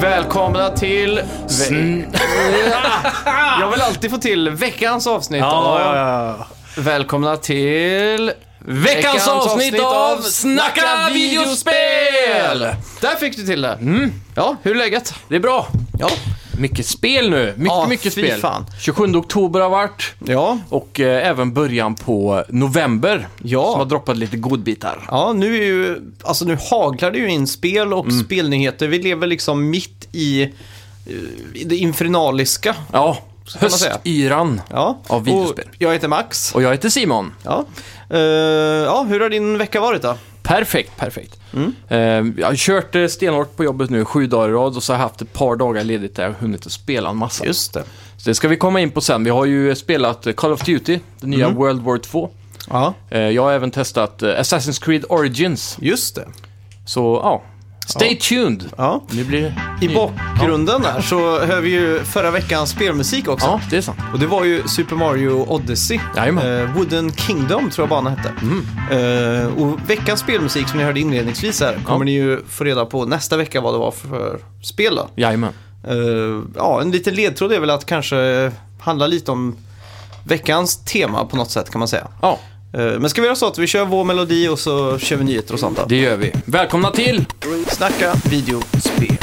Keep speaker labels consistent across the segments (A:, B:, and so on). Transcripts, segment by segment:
A: välkomna till... Ve- Jag vill alltid få till veckans avsnitt av...
B: ja.
A: Välkomna till...
B: Veckans avsnitt av Snacka videospel!
A: Där fick du till det. Mm. Ja, hur är läget?
B: Det är bra.
A: Ja.
B: Mycket spel nu. Mycket,
A: Ja,
B: mycket
A: fy
B: spel.
A: fan.
B: 27 oktober har varit.
A: Ja.
B: Och eh, även början på november.
A: Ja.
B: Som har droppat lite godbitar.
A: Ja, nu är ju... Alltså nu haglar det ju in spel och spelnyheter. Vi lever liksom mitt i eh, i det infernaliska.
B: Ja,
A: man säga.
B: höstyran.
A: Ja.
B: Av videospel.
A: Och jag heter Max.
B: Och jag heter Simon.
A: Ja. Eh, ja, hur har din vecka varit då?
B: Perfekt, perfekt.
A: Mm.
B: Eh, jag har kört eh, stenhårt på jobbet nu sju dagar i rad och så har jag haft ett par dagar ledigt där jag har hunnit att spela en massa.
A: Just det.
B: Så det ska vi komma in på sen. Vi har ju spelat eh, Call of Duty, det nya
A: Mm.
B: World War 2.
A: Ja,
B: Eh, Jag har även testat eh, Assassin's Creed Origins.
A: just det.
B: Så ja, stay tuned!
A: Ja.
B: Nu blir det...
A: I bakgrunden där så hör vi ju förra veckans spelmusik också.
B: Ja, det är sant.
A: Och det var ju Super Mario Odyssey.
B: Jajamän. Mm.
A: Eh, Wooden Kingdom tror jag banan hette. Eh, och veckans spelmusik som ni hörde inledningsvis här kommer
B: Ja.
A: ni ju få reda på nästa vecka vad det var för spel då.
B: Jajamän.
A: Eh, ja, en liten ledtråd är väl att kanske handla lite om veckans tema på något sätt kan man säga.
B: Ja,
A: Eh, men ska vi göra så att vi kör vår melodi och så kör vi nyheter och sånt då?
B: det gör vi. Välkomna till...
A: Snacka videospel.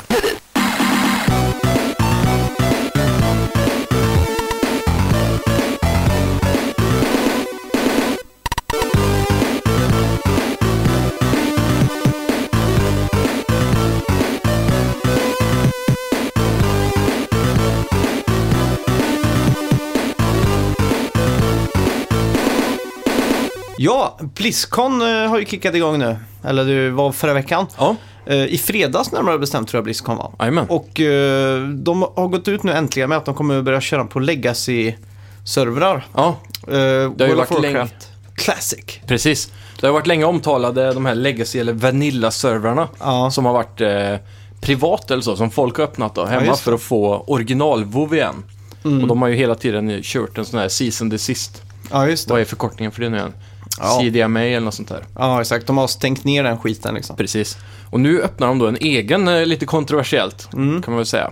A: Ja, Blizzcon eh, har ju kickat igång nu. Eller det var förra veckan.
B: Ja,
A: Eh, I fredags närmare bestämt tror jag Blizzcon var.
B: jajamän.
A: Och eh, de har gått ut nu äntligen med att de kommer börja köra på legacy-servrar.
B: Ja,
A: Eh, World of
B: varit
A: Warcraft
B: länge.
A: Classic.
B: precis. Det har varit länge omtalade, de här legacy eller vanilla-servrarna.
A: Ja.
B: Som har varit eh, privat eller så, som folk har öppnat då, hemma
A: just det.
B: för att få original WoW igen. Och de har ju hela tiden kört en sån här season desist.
A: Ja, just det.
B: Vad är förkortningen för det nu igen?
A: Ja.
B: CDMA eller något sånt där.
A: Ja, exakt. De har stängt ner den skiten liksom.
B: Precis. Och nu öppnar de då en egen, eh, lite kontroversiellt, kan man väl säga.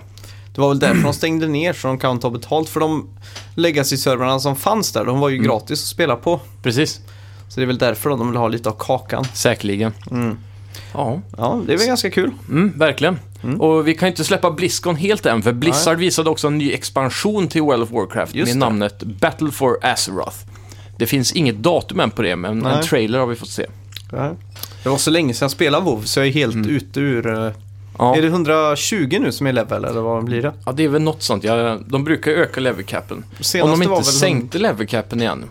A: Det var väl därför de stängde ner så de kan ta betalt. För de legacy-servrarna som fanns där, de var ju
B: Mm.
A: gratis att spela på.
B: Precis,
A: Så det är väl därför de vill ha lite av kakan.
B: säkerligen.
A: Mm.
B: Ja,
A: Ja, det är väl ganska kul.
B: mm, verkligen. Och vi kan ju inte släppa Blizzcon helt än, för Blizzard visade också en ny expansion till World of Warcraft
A: Just
B: med
A: det.
B: namnet Battle for Azeroth. Det finns inget datum än på det, men en
A: Nej.
B: trailer har vi fått se.
A: Ja. Det var så länge sedan jag spelade WoW så jag är helt ute ur... eh,
B: Mm. Ja.
A: Är det 120 nu som är level eller vad blir det?
B: Ja, det är väl något sånt. Ja, de brukar öka levelcapen. Om de
A: Senaste var
B: inte
A: väl
B: sänkte levelcapen igen.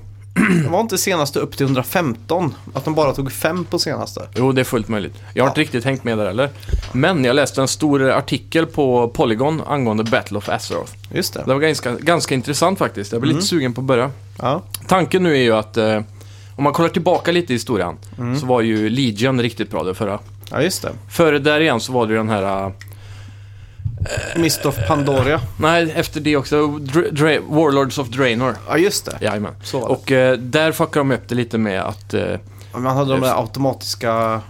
A: Det var inte senaste upp till 115? Att de bara tog 5 på senaste?
B: Jo, det är fullt möjligt. Jag har inte riktigt hängt med där heller. Men jag läste en stor artikel på Polygon angående Battle of Azeroth.
A: Just det.
B: Det var ganska, ganska intressant faktiskt. Jag blev
A: Mm.
B: lite sugen på att börja.
A: Ja,
B: Tanken nu är ju att eh, om man kollar tillbaka lite i historien så var ju Legion riktigt bra det förra.
A: ja just det.
B: Före där igen så var det ju den här... eh,
A: Mist of Pandoria.
B: nej, efter det också. Dra- Dra- Warlords of Draenor.
A: Ja, just det.
B: Jajamän.
A: Så var det.
B: Och eh, där fuckade de upp det lite med att... Eh,
A: Man hade de där automatiska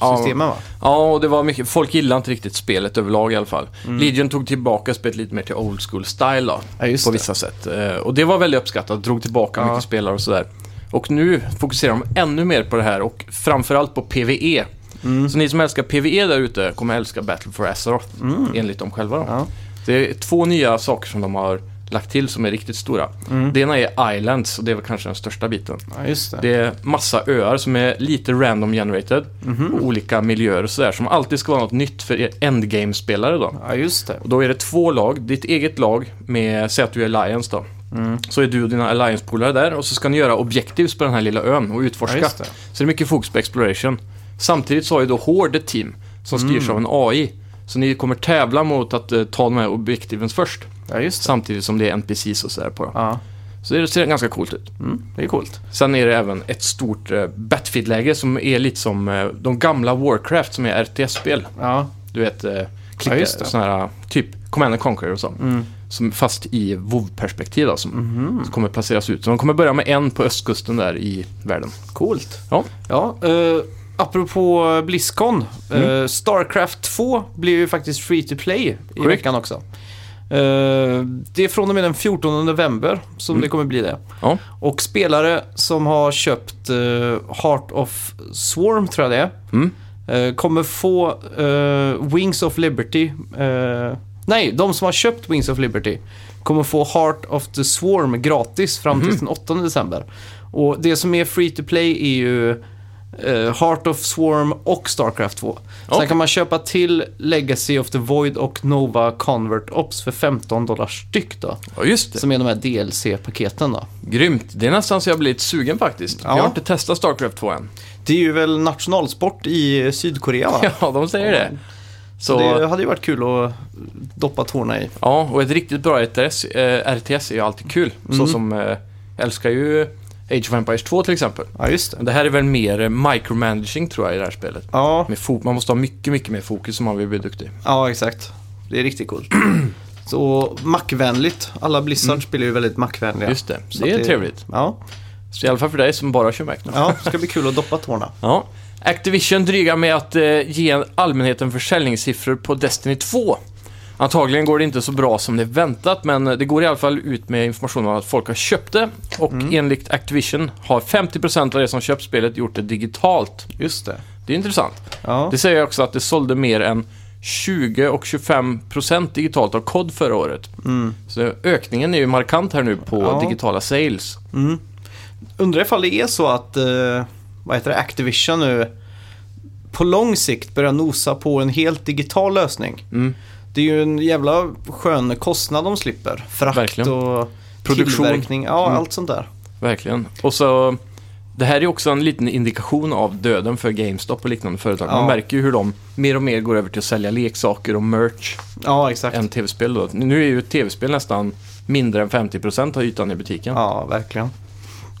A: quest-systemen va?
B: ja, och det var mycket... Folk gillade inte riktigt spelet överlag i alla fall. Legion tog tillbaka spelet lite mer till old school style då.
A: Ja, just
B: på
A: det.
B: vissa sätt. Eh, Och det var väldigt uppskattat, drog tillbaka
A: Ja.
B: mycket spelare och sådär. Och nu fokuserar de ännu mer på det här och framförallt på PVE.
A: Mm.
B: Så ni som älskar PVE där ute kommer älska Battle for Azeroth, enligt dem själva. Då.
A: Mm. Ja.
B: Det är två nya saker som de har lagt till som är riktigt stora.
A: Mm.
B: Det ena är Islands och det är väl kanske den största biten.
A: Ja, just det.
B: Det är massa öar som är lite random generated
A: Mhm.
B: och olika miljöer och sådär som alltid ska vara något nytt för er endgame-spelare då.
A: Ja, just det.
B: Och då är det två lag, ditt eget lag med, säg att du är Alliance då.
A: Mm.
B: Så är du och dina Alliance-polare där och så ska ni göra objectives på den här lilla ön och utforska.
A: Ja, just det.
B: Så det är mycket fokus på exploration. Samtidigt så har ju då Horde ett team som
A: Mm.
B: styrs av en AI. Så ni kommer tävla mot att eh, ta de här objektiven först.
A: Ja, just det.
B: Samtidigt som det är NPCs och sådär på dem.
A: Ja, Mm,
B: Så det ser ganska coolt ut.
A: det är coolt.
B: Sen är det även ett stort eh, Battlefield-läge som är lite som eh, de gamla Warcraft som är RTS-spel.
A: Ja,
B: Du vet, eh, klicka Mm.
A: Ja, just det.
B: sådana här, typ Command and Conquer och så. Som, fast i WoW-perspektiv då, som, som kommer placeras ut. Så de kommer börja med en på östkusten där i världen.
A: coolt.
B: Ja,
A: Ja, eh, apropå Blizzcon,
B: Mm.
A: eh, Starcraft 2 blir ju faktiskt free to play i
B: Korrekt.
A: veckan också. Eh, det är från och med den 14 november som
B: Mm.
A: det kommer bli det.
B: Ja.
A: Och spelare som har köpt eh, Heart of Swarm, tror jag det är,
B: Mm.
A: eh, kommer få eh, Wings of Liberty. eh, nej, de som har köpt Wings of Liberty kommer få Heart of the Swarm gratis fram
B: Mhm.
A: till den 8 december. Och det som är free to play är ju eh, Heart of Swarm och Starcraft 2.
B: Okej.
A: Sen kan man köpa till Legacy of the Void och Nova Convert Ops för 15 dollar styck då.
B: ja, just det.
A: Som är de här DLC-paketen då.
B: Grymt. Det är nästan så jag blir lite sugen faktiskt.
A: Ja.
B: Jag har inte testat Starcraft 2 än.
A: Det är ju väl nationalsport i Sydkorea va?
B: Ja, de säger det.
A: Så
B: Så,
A: det hade ju varit kul att doppa tårna i.
B: ja, och ett riktigt bra RTS, eh, RTS är ju alltid kul. Så som, eh, jag älskar ju Age of Empires 2 till exempel.
A: Ja, just det.
B: Men Det här är väl mer eh, micromanaging tror jag i det här spelet.
A: Ja,
B: Med fo- man måste ha mycket, mycket mer fokus om man vill bli duktig.
A: ja exakt. Det är riktigt coolt. Så Mac-vänligt. Alla Blizzard spelar ju väldigt Mac-vänliga.
B: Mm. Just det,
A: Så
B: det är
A: att
B: trevligt.
A: Ja,
B: Så i alla fall för dig som bara kör Mac nu.
A: ja, det ska bli kul att doppa tårna.
B: Ja. Activision drygar med att eh, ge allmänheten försäljningssiffror på Destiny 2. Antagligen går det inte så bra som det är väntat, men eh, det går i alla fall ut med information om att folk har köpt det. Och
A: Mm.
B: enligt Activision har 50% av de som köpt spelet gjort det digitalt.
A: Just det.
B: Det är intressant.
A: Ja,
B: Det säger också att det sålde mer än 20 och 25% digitalt av kod förra året. Så ökningen är ju markant här nu på
A: Mm. Ja.
B: digitala sales.
A: undrar ifall det är så att eh, vad heter det, Activision nu på lång sikt börjar nosa på en helt digital lösning.
B: Mm.
A: Det är ju en jävla skön kostnad de slipper. Frakt
B: Verkligen.
A: och
B: Produktion. Mm.
A: tillverkning. Ja, allt sånt där.
B: Verkligen. Och så, det här är också en liten indikation av döden för GameStop och liknande företag. Man
A: Ja.
B: märker ju hur de mer och mer går över till att sälja leksaker och merch
A: Ja, exakt.
B: än tv-spel. Då. Nu är ju tv-spel nästan mindre än 50% av ytan i butiken.
A: Ja, verkligen.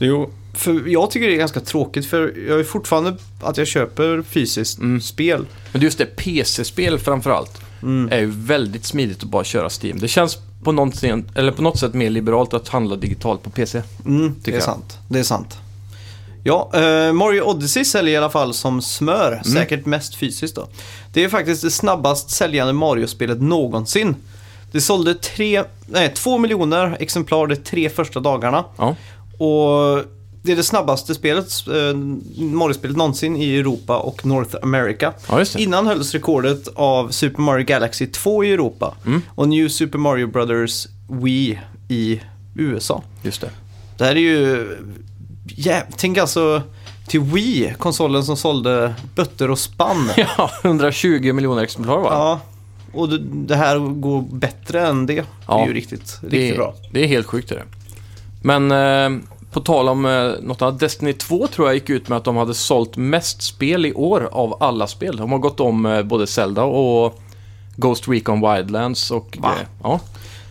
A: Jo. För jag tycker det är ganska tråkigt för jag är fortfarande att jag köper fysiskt
B: Mm.
A: spel.
B: Men just det, PC-spel framförallt,
A: Mm.
B: är ju väldigt smidigt att bara köra Steam. Det känns på, någonsin, eller på något sätt mer liberalt att handla digitalt på PC.
A: Mm, det är
B: jag.
A: sant. Det är sant. Ja, eh, Mario Odyssey säljer i alla fall som smör.
B: Mm.
A: Säkert mest fysiskt då. Det är faktiskt det snabbast säljande Mario-spelet någonsin. Det sålde tre, nej, två miljoner exemplar de tre första dagarna.
B: Ja,
A: Och det är det snabbaste spelet, eh, Mario-spelet någonsin i Europa och North America.
B: ja just det.
A: Innan hölls rekordet av Super Mario Galaxy 2 i Europa
B: Mm.
A: och New Super Mario Brothers Wii i USA.
B: Just det.
A: Det här är ju... jä- Tänk alltså till Wii, konsolen som sålde bötter och spann. ja.
B: Ja, 120 miljoner exemplar va?
A: Och det- det här går bättre än det. Det
B: Ja.
A: är ju riktigt, riktigt
B: det, är-
A: bra.
B: det är helt sjukt. Är det. Men eh, på tal om eh, något annat, Destiny 2 tror jag gick ut med att de hade sålt mest spel i år av alla spel. De har gått om eh, både Zelda och Ghost Recon Wildlands och...
A: Va?
B: eh, ja.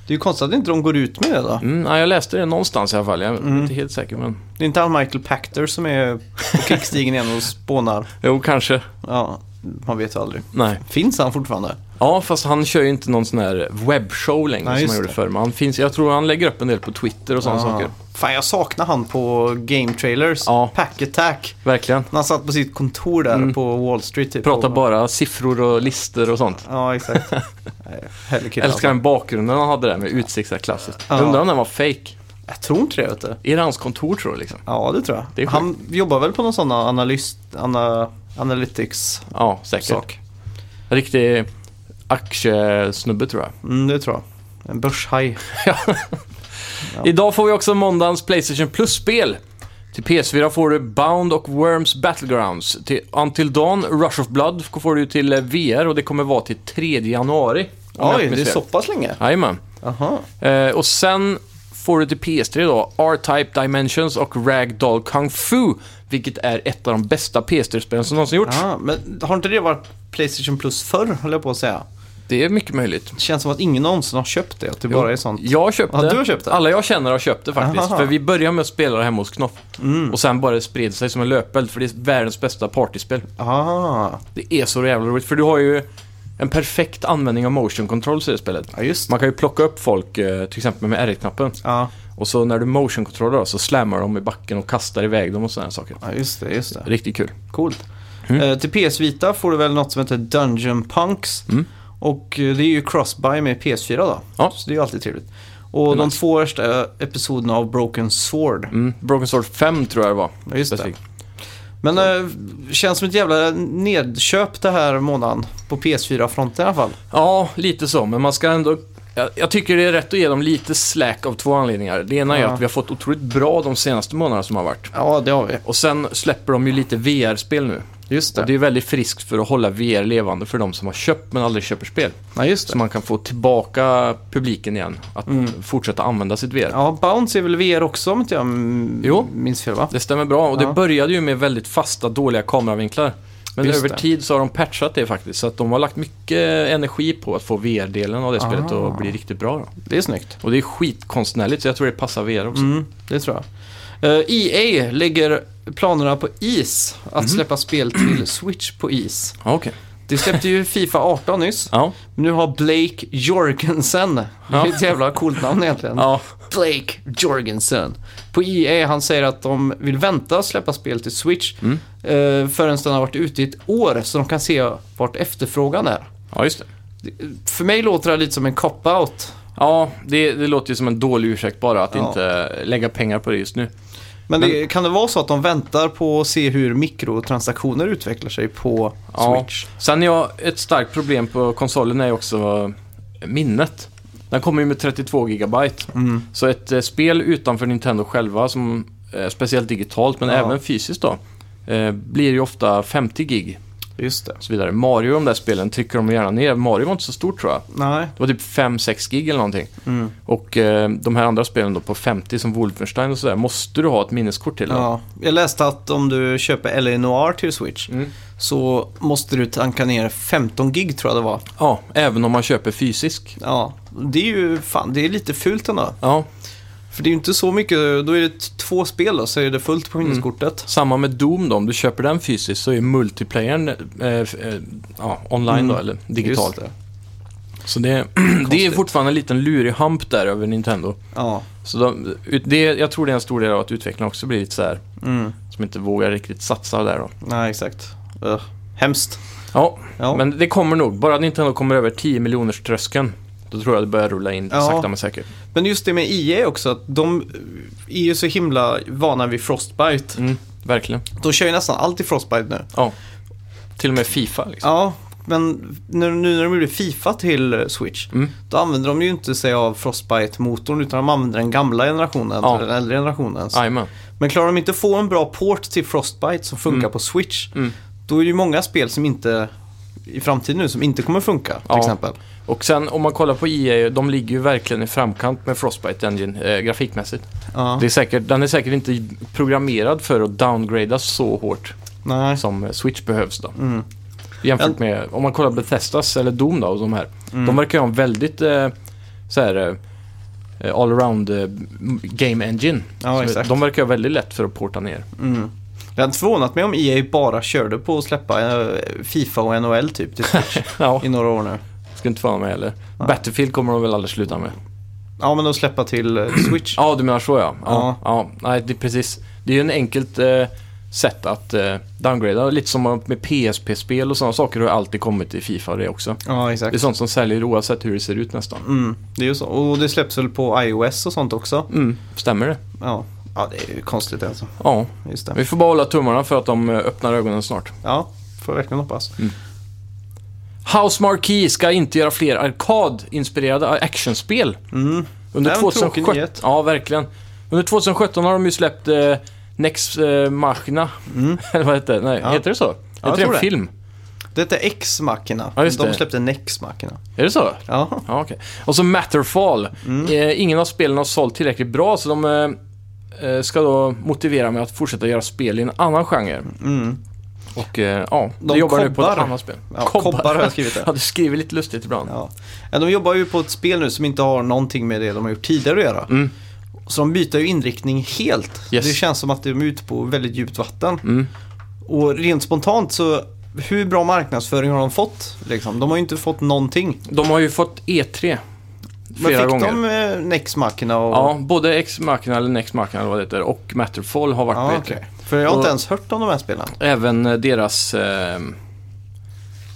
A: Det är ju konstigt att inte de går ut med det då.
B: Mm, ja, jag läste det någonstans i alla fall. Jag är
A: Mm.
B: inte helt säker men...
A: Det är inte han Michael Pachter som är på krigsstigen igen och spånar.
B: Jo, kanske.
A: Ja, man vet ju aldrig.
B: Nej.
A: Finns han fortfarande?
B: Ja, fast han kör ju inte någon sån här webbshow längre
A: Nej,
B: som
A: just
B: han gjorde
A: det. Ah.
B: förr. Men han finns, jag tror han lägger upp en del på Twitter och sådana saker.
A: Fan, jag saknar han på Game Trailers.
B: Ja.
A: Pack Attack.
B: Verkligen.
A: När han satt på sitt kontor där på Wall Street. Typ,
B: Pratar
A: Och-
B: bara siffror och listor och sånt.
A: Ja, exakt. Nej, Härlig kille.
B: Älskar
A: Alltså.
B: den bakgrunden han hade där med utsikter klassiskt.
A: Ja.
B: Jag undrar om den var fake.
A: Jag tror inte det, vet du.
B: Är det hans kontor tror du liksom?
A: Ja, det tror jag.
B: Det är sjukt.
A: han jobbar väl på någon sån analys, ana, analytics-sak.
B: Ja, säkert. Riktig aktiesnubbe tror jag.
A: Mm, det tror jag. En börshaj.
B: Idag får vi också måndagens Playstation Plus-spel. Till PS4 får du Bound och Worms Battlegrounds. Till Until Dawn, Rush of Blood får du till eh, VR och det kommer vara till 3 januari. om jag
A: Oj,
B: inte
A: det är
B: minns
A: så
B: fel.
A: pass länge?
B: Jajamän.
A: Jaha.
B: Eh, och sen får du till PS3 då R-Type Dimensions och Ragdoll Kung Fu, vilket är ett av de bästa PS3-spelen som någonsin gjorts.
A: Ja, men har inte det varit Playstation Plus förr, höll jag på att säga?
B: Det är mycket möjligt.
A: Det känns som att ingen någonsin har köpt det, att det bara är sånt.
B: Jag köpte.
A: Ja, du har köpt det.
B: Alla jag känner har köpt det faktiskt.
A: Aha. Mm.
B: För vi började med att spela det hemma hos Knoff. Och sen bara det spred sig som en löpeld, för det är världens bästa partyspel.
A: Ah,
B: Det är så jävla roligt, för du har ju en perfekt användning av motion controls i det spelet.
A: ja just det.
B: Man kan ju plocka upp folk, eh, till exempel med R-knappen.
A: Ja,
B: Och så när du motion controller då, så slammar de i backen och kastar iväg dem och sådana saker.
A: ja, just det, just det.
B: Riktigt kul.
A: Coolt. Eh, till PS Vita får du väl något som heter Dungeon Punks.
B: Mm.
A: Och eh, det är ju Crossbuy med PS4 då.
B: Ja.
A: Så det är ju alltid trevligt. Och
B: Det är
A: de två första eh, episoderna av Broken Sword.
B: Mm. Broken Sword 5 tror jag det var.
A: Ja, just det.
B: specifikt.
A: Men eh, känns som ett jävla nedköp det här månaden. På PS4-fronten i alla fall.
B: Ja, lite så, men man ska ändå... Jag, jag tycker det är rätt att ge dem lite slack av två anledningar. Det ena är
A: Ja.
B: att vi har fått otroligt bra de senaste månaderna som har varit.
A: Ja, det har vi.
B: Och sen släpper de ju lite VR-spel nu.
A: Just
B: Och
A: det.
B: det är väldigt friskt för att hålla VR levande för de som har köpt men aldrig köper spel.
A: Ja, just
B: Så
A: det. Mm.
B: man kan få tillbaka publiken igen att fortsätta använda sitt VR.
A: Ja, Bounce är väl VR också om inte jag mm,
B: Jo.
A: minns fel va?
B: Det stämmer bra och
A: Ja.
B: det började ju med väldigt fasta, dåliga kameravinklar. Men
A: Just
B: över
A: det.
B: tid så har de patchat det faktiskt. Så att de har lagt mycket energi på att få VR-delen av det spelet
A: Ah.
B: att bli riktigt bra. Då.
A: Det är snyggt.
B: Och det är skitkonstnärligt så jag tror det passar VR också.
A: Mm, det tror jag. Eh, EA lägger planerna på is. Att
B: Mm.
A: släppa spel till Switch på is.
B: Ja, okej.
A: Det släppte ju Fifa 18 nyss.
B: Ja.
A: Nu har Blake Jorgensen. Det är ett jävla coolt namn egentligen.
B: ja.
A: Blake Jorgensen. På EA, han säger att de vill vänta släppa spel till Switch
B: Mm.
A: eh, förrän den har varit ute i ett år så de kan se vart efterfrågan är.
B: Ja, just det.
A: Det- För mig låter det lite som en cop-out.
B: Ja, det, det låter ju som en dålig ursäkt bara att
A: Ja.
B: inte lägga pengar på det just nu.
A: Men det, kan det vara så att de väntar på att se hur mikrotransaktioner utvecklar sig på
B: Ja.
A: Switch?
B: Sen är jag, ett starkt problem på konsolen är ju också eh, minnet. Den kommer ju med 32 gigabyte.
A: Mm.
B: Så ett eh, spel utanför Nintendo själva, som eh, speciellt digitalt men
A: Ja.
B: även fysiskt då, eh, blir ju ofta 50 gig
A: Just det.
B: och så vidare. Mario och de där spelen trycker de gärna ner. Mario var inte så stort tror jag.
A: Nej.
B: Det var typ 5-6 gig eller någonting.
A: Mm.
B: Och eh, de här andra spelen då på 50 som Wolfenstein och sådär, måste du ha ett minneskort till? eller?
A: Ja. Jag läste att om du köper LA Noir till Switch
B: Mm.
A: så måste du tanka ner 15 gig tror jag det var.
B: ja, även om man köper fysisk.
A: Ja, det är ju fan, det är lite fult ändå.
B: Ja,
A: För det är ju inte så mycket, då är det t- två spel då, så är det fullt på minneskortet.
B: samma med Doom då, om du köper den fysiskt så är multiplayern eh, f- eh, ja, online
A: Mm.
B: då, eller digitalt.
A: Just det.
B: Så det, det är
A: Konstigt.
B: fortfarande en liten lurig hump där över Nintendo.
A: Ja.
B: Så de, ut- det, jag tror det är en stor del av att utvecklarna också blir lite så här,
A: Mm.
B: som inte vågar riktigt satsa där då.
A: Nej, exakt. Ugh. Hemskt.
B: Ja,
A: Ja.
B: men det kommer nog. Bara att Nintendo kommer över 10 miljoners tröskeln då tror jag det börjar rulla in
A: Ja.
B: sakta men säkert.
A: Men just det med EA också, att de eh, är ju så himla vana vid Frostbite.
B: Mm, verkligen.
A: De kör ju nästan allt i Frostbite nu.
B: Ja. Till och med Fifa liksom.
A: Ja, men nu, nu när de gjorde Fifa till eh, Switch,
B: Mm.
A: då använder de ju inte sig av Frostbite-motorn utan de använder den gamla generationen,
B: Ja.
A: eller den äldre generationen.
B: Jajamän.
A: Men klarar de inte få en bra port till Frostbite som funkar på Switch,
B: Mm.
A: då är det ju många spel som inte i framtiden nu som inte kommer funka till
B: Ja.
A: exempel.
B: Och sen om man kollar på EA, de ligger ju verkligen i framkant med Frostbite Engine eh, grafikmässigt.
A: Ja.
B: Det är säkert, den är säkert inte programmerad för att downgradas så hårt
A: Nej.
B: som eh, Switch behövs då.
A: Mm.
B: Jämfört med, om man kollar Bethesdas eller Doom då, och de här.
A: Mm.
B: De verkar ju ha en väldigt eh, så här, eh, allround eh, game engine.
A: Ja,
B: Så
A: exakt.
B: De verkar ju ha väldigt lätt för att porta ner.
A: Mm. Det hade förvånat mig om EA bara körde på att släppa eh, Fifa och NHL typ till Switch
B: Ja,
A: i några år nu.
B: skulle inte vara med heller.
A: Nej.
B: Battlefield kommer de väl aldrig sluta med.
A: Ja, men att släppa till eh, Switch.
B: Ja, du menar så ja.
A: Ja.
B: Ja, ja. Nej, det är precis. Det är ju en enkelt eh, sätt att eh, downgrada. Lite som med PSP-spel och sådana saker har ju alltid kommit i Fifa och det också.
A: Ja,
B: Det är
A: exakt.
B: sånt som säljer oavsett hur det ser ut nästan.
A: Mm, det är ju så. Och det släpps väl på iOS och sånt också?
B: Mm, stämmer det?
A: Ja, ja det är ju konstigt alltså.
B: Ja.
A: Just det.
B: Vi får bara hålla tummarna för att de eh, öppnar ögonen snart.
A: Ja, får jag verkligen hoppas.
B: Mm. House Marquee ska inte göra fler arkadinspirerade actionspel.
A: Mm.
B: Under
A: Det är en tråkig
B: 2017
A: nyhet.
B: Ja, verkligen. Under 2017 har de ju släppt eh, Next eh, Machina.
A: Mm.
B: Eller vad heter det? Nej,
A: Ja.
B: heter det så?
A: jag
B: heter det
A: tror
B: en
A: det.
B: film?
A: Detta är X-Mackorna.
B: Ja, just
A: De
B: det.
A: släppte Nex-Mackorna.
B: Är det så?
A: Ja.
B: Ja, okej. Och så Matterfall.
A: Mm.
B: Eh, ingen av spelen har sålt tillräckligt bra, så de eh, eh, ska då motivera med att fortsätta göra spel i en annan genre.
A: Mm.
B: Och eh, ja, de
A: De
B: jobbar nu på ett
A: kobbar.
B: annat spel.
A: Ja, kobbar har jag skrivit det.
B: ja, du skriver lite lustigt ibland.
A: Ja. Ja, de jobbar ju på ett spel nu som inte har någonting med det de har gjort tidigare att göra.
B: Mm.
A: Så de byter ju inriktning helt.
B: Yes.
A: Det känns som att de är ute på väldigt djupt vatten.
B: Mm.
A: Och rent spontant så, hur bra marknadsföring har de fått? Liksom? De har ju inte fått någonting.
B: De har ju fått E3
A: Men
B: flera
A: fick
B: gånger.
A: de eh, Nex-Mackorna och...
B: Ja, både Ex Machina eller Next Machina eller vad det heter och Matterfall har varit
A: Ja,
B: på E3.
A: Ah, okej. För jag har inte
B: Och-
A: ens hört om de här spelen.
B: Även eh, deras, eh,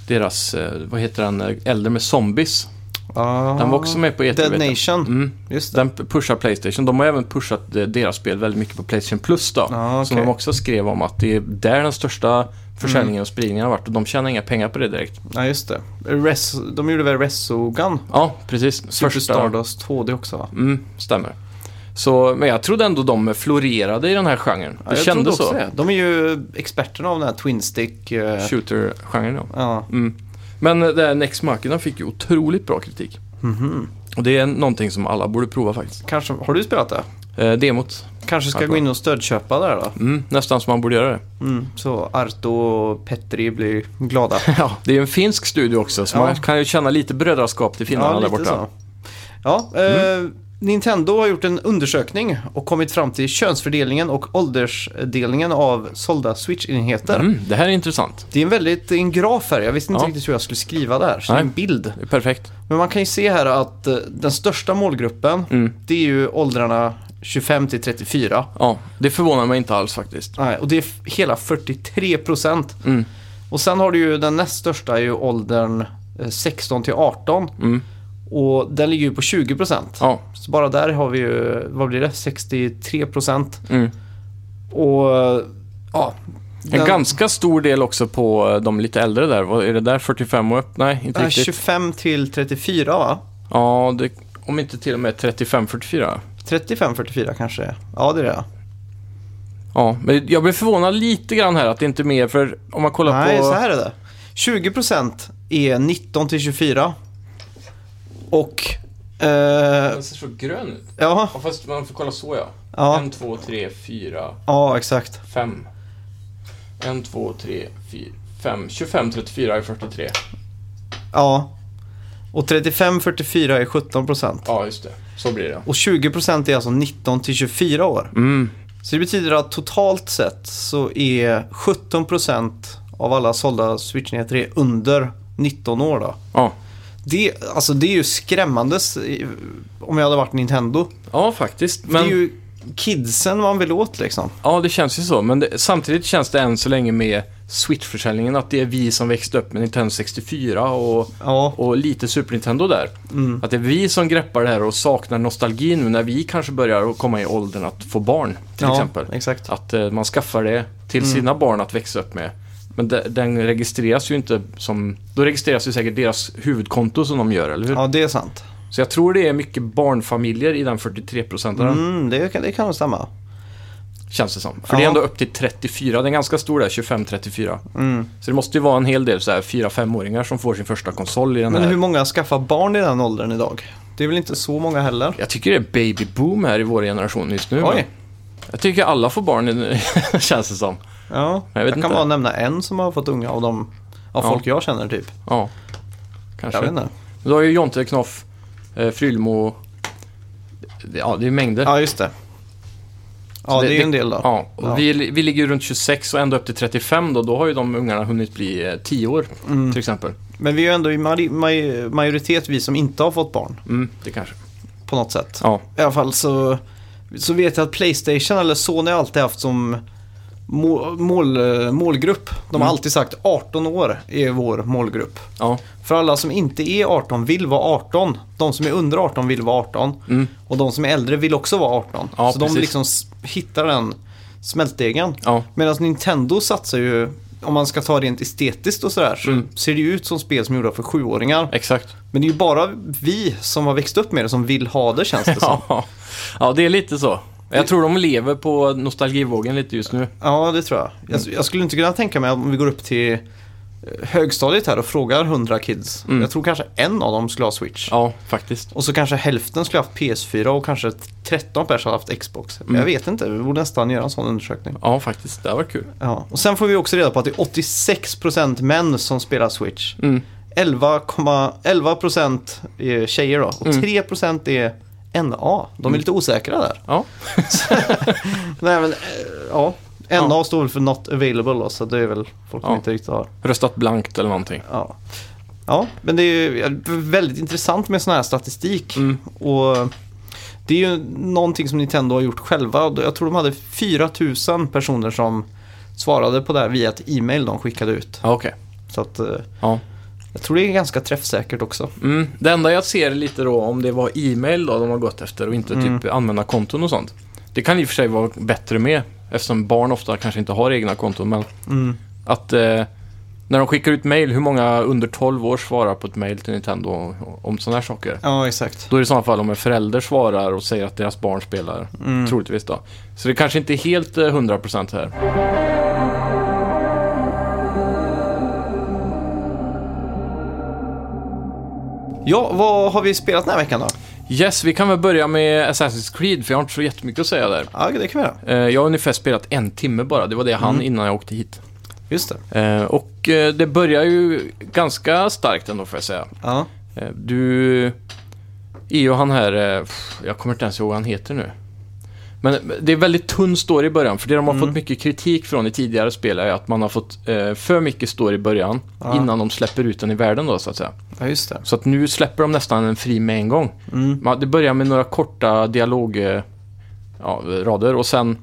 B: deras, eh, vad heter den, eh, äldre med zombies. Den var också med på E3.
A: Dead
B: vet jag.
A: Nation.
B: Mm.
A: Just det.
B: Den pushar Playstation. De har även pushat eh, deras spel väldigt mycket på Playstation Plus då.
A: Ja,
B: Som
A: Ah, okej. Mm.
B: de också skrev om att det är där den största försäljningen och spridningen har varit och de tjänar inga pengar på det direkt.
A: Ja, just det. Res, de gjorde väl Resogun?
B: Ja, precis.
A: Super
B: Första-
A: Stardust 2D också va?
B: Mm, stämmer. Så, men jag trodde ändå de florerade i den här genren.
A: Ja,
B: Det
A: jag trodde
B: kändes
A: också
B: så.
A: det. De är ju experterna av den här Twin Stick. eh,
B: Shooter-genren ja.
A: ja.
B: Mm. Men eh, det här Next Machina fick ju otroligt bra kritik.
A: Mhm.
B: Och det är någonting som alla borde prova faktiskt.
A: Kanske, har du spelat det?
B: Eh, demot.
A: Kanske ska
B: Ja,
A: gå
B: bra.
A: in och stödköpa där då?
B: Mm, nästan som man borde göra det.
A: Mm, så Arto och Petri blir glada.
B: Ja, det är ju en finsk studio också, så
A: Ja.
B: man kan ju känna lite brödraskap till finnarna där borta. Mm.
A: Ja, eh, Nintendo har gjort en undersökning och kommit fram till könsfördelningen och åldersdelningen av sålda Switch-enheter.
B: Mm, det här är intressant.
A: Det är en väldigt, det är en graf här, jag visste inte
B: Ja.
A: riktigt hur jag skulle skriva det här, så det är en
B: Nej.
A: bild.
B: Det är perfekt.
A: Men man kan ju se här att eh, den största målgruppen,
B: Mm.
A: det är ju åldrarna 25 till 34.
B: Ja, det förvånar mig inte alls faktiskt.
A: Nej, och det är f- hela 43 procent.
B: Mm.
A: Och sen har du ju den näst största är ju åldern eh, 16 till 18
B: Mm.
A: och den ligger ju på 20 procent.
B: Ja,
A: Så bara där har vi ju, vad blir det, 63 procent.
B: mm.
A: Och ja,
B: En ganska stor del också på eh, de lite äldre där. Vad- Är det där 45 och upp? Nej, inte
A: nej,
B: riktigt.
A: 25 till 34 va?
B: Ja, det, om inte till och med 35-44.
A: 35, 44 kanske Ja, det är det.
B: Ja, men jag blev förvånad lite grann här att det inte är mer, för om man kollar
A: Nej,
B: på...
A: så här är det. 20 procent är 19 till 24. Och, eh,
B: ser så grön ut.
A: ja,
B: fast man får kolla så ja.
A: ja,
B: två, tre, fyra,
A: ja, exakt.
B: fem. En, två, tre, fyra, fem. 25, 34 är 43.
A: Ja. Och 35, 44 är 17 procent.
B: Ja, just det. Så blir det.
A: Och 20 procent är alltså 19 till 24 år.
B: Mm.
A: Så det betyder att totalt sett så är 17 procent av alla sålda switchenheter är under 19 år då.
B: Ja.
A: Det, alltså det är ju skrämmande s- om jag hade varit Nintendo.
B: ja, faktiskt.
A: Men...
B: Men,
A: Det är ju kidsen man vill åt liksom.
B: Ja, det känns ju så. Men det, samtidigt känns det än så länge med Switch-försäljningen att det är vi som växte upp med Nintendo 64 och,
A: Ja,
B: och lite Super Nintendo där. Att det är vi som greppar det här och saknar nostalgin nu när vi kanske börjar att komma i åldern att få barn, till
A: ja,
B: exempel.
A: Exakt.
B: Att eh, man skaffar det till sina barn att växa upp med. Men de, den registreras ju inte som... Då registreras ju säkert deras huvudkonto som de gör, eller hur?
A: Ja, det är sant.
B: Så jag tror det är mycket barnfamiljer i den 43-procentaren,
A: Mm, det, kan- det kan nog stämma.
B: känns det som. För det
A: Ja.
B: är ändå upp till 34, den är ganska stor där, 25-34.
A: Mm.
B: Så det måste ju vara en hel del så här 4-5-åringar som får sin första konsol i den
A: Men
B: här.
A: hur många skaffar barn i den åldern idag? Det är väl inte så många heller?
B: Jag tycker det är babyboom här i vår generation just nu.
A: Oj.
B: Jag tycker alla får barn, nu, känns det som.
A: Ja,
B: Jag
A: jag,
B: vet
A: kan
B: inte.
A: bara nämna en som har fått unga av de av
B: Ja.
A: folk jag känner typ.
B: Ja, kanske.
A: Jag vet inte.
B: Du har ju Jonte, Knoff, eh, Frylmo. Ja, det är mängder.
A: Ja, just det. Ja,
B: Så
A: det,
B: det-
A: är ju en del då.
B: Ja, och
A: Ja.
B: Vi, vi ligger ju runt 26 och ända upp till 35 då. Då har ju de ungarna hunnit bli eh, 10 år
A: Mm.
B: till exempel.
A: Men vi är ju ändå i mari- maj- majoritet vi som inte har fått barn
B: Mm, det kanske.
A: på något sätt.
B: Ja,
A: I alla fall så, så vet jag att Playstation eller Sony har alltid haft som må- mål, målgrupp. De har
B: Mm.
A: alltid sagt 18 år är vår målgrupp.
B: ja.
A: För alla som inte är 18 vill vara 18. De som är under 18 vill vara 18.
B: Mm.
A: Och de som är äldre vill också vara 18.
B: Ja,
A: så de
B: precis.
A: liksom s- hittar den smältdegen.
B: ja.
A: Medan Nintendo satsar ju, om man ska ta rent estetiskt och sådär, så
B: Mm.
A: ser det ju ut som spel som är gjorda för sjuåringar.
B: Exakt.
A: Men det är ju bara vi som har växt upp med det som vill ha det känns det som.
B: Ja. ja, det är lite så. Jag tror de lever på nostalgivågen lite just nu.
A: Ja, det tror jag.
B: Mm.
A: Jag, jag skulle inte kunna tänka mig om vi går upp till eh, högstadiet här och frågar 100 kids.
B: Mm.
A: Jag tror kanske en av dem skulle ha Switch.
B: Ja, faktiskt.
A: Och så kanske hälften skulle ha haft PS4 och kanske 13 pers hade haft Xbox.
B: Mm.
A: Jag vet inte, vi borde nästan göra en sån undersökning.
B: Ja, faktiskt. Det var kul.
A: Ja. Och sen får vi också reda på att det är 86% män som spelar Switch.
B: Mm.
A: 11,- 11% är tjejer då och
B: Mm.
A: 3% är NA. De är lite osäkra där.
B: Ja.
A: Nej men, eh, ja. NA
B: Ja.
A: står väl för Not Available då, så det är väl folk som
B: Ja.
A: inte riktigt har.
B: Röstat blankt eller någonting.
A: Ja. ja, men det är ju väldigt intressant med sån här statistik.
B: Mm.
A: Och Det är ju någonting som Nintendo har gjort själva. och Jag tror de hade 4000 personer som svarade på det här via ett e-mail de skickade ut.
B: Ja, okej.
A: Så att, eh,
B: Ja.
A: jag tror det är ganska träffsäkert också.
B: Mm. Det enda jag ser lite då om det var e-mail då de har gått efter och inte
A: Mm.
B: typ användarkonton och sånt. Det kan i och för sig vara bättre med eftersom barn ofta kanske inte har egna konton. Men
A: Mm.
B: att eh, när de skickar ut mail, hur många under 12 år svarar på ett mail till Nintendo om sådana här saker?
A: Ja, exakt.
B: Då är det i sådana fall om en förälder svarar och säger att deras barn spelar, troligtvis då. Så det kanske inte är helt eh, 100% här.
A: Ja, vad har vi spelat den här veckan då?
B: Yes, vi kan väl börja med Assassin's Creed, för jag har inte så jättemycket att säga där.
A: Ja, det kan vi göra.
B: Eh, Jag har ungefär spelat en timme bara, det var det jag hann innan jag åkte hit.
A: Just det.
B: Eh, Och eh, det börjar ju ganska starkt ändå får jag säga.
A: Ja.
B: Eh, Du är ju han här, eh, pff, jag kommer inte ens ihåg vad han heter nu. Men eh, det är väldigt tunn story i början, för det de har fått mycket kritik från i tidigare spel är att man har fått eh, för mycket story i början
A: Ja.
B: innan de släpper ut den i världen då så att säga.
A: ja, just det.
B: Så att nu släpper de nästan en fri med en gång.
A: Mm.
B: Man- Det börjar med några korta dialograder ja, rader och sen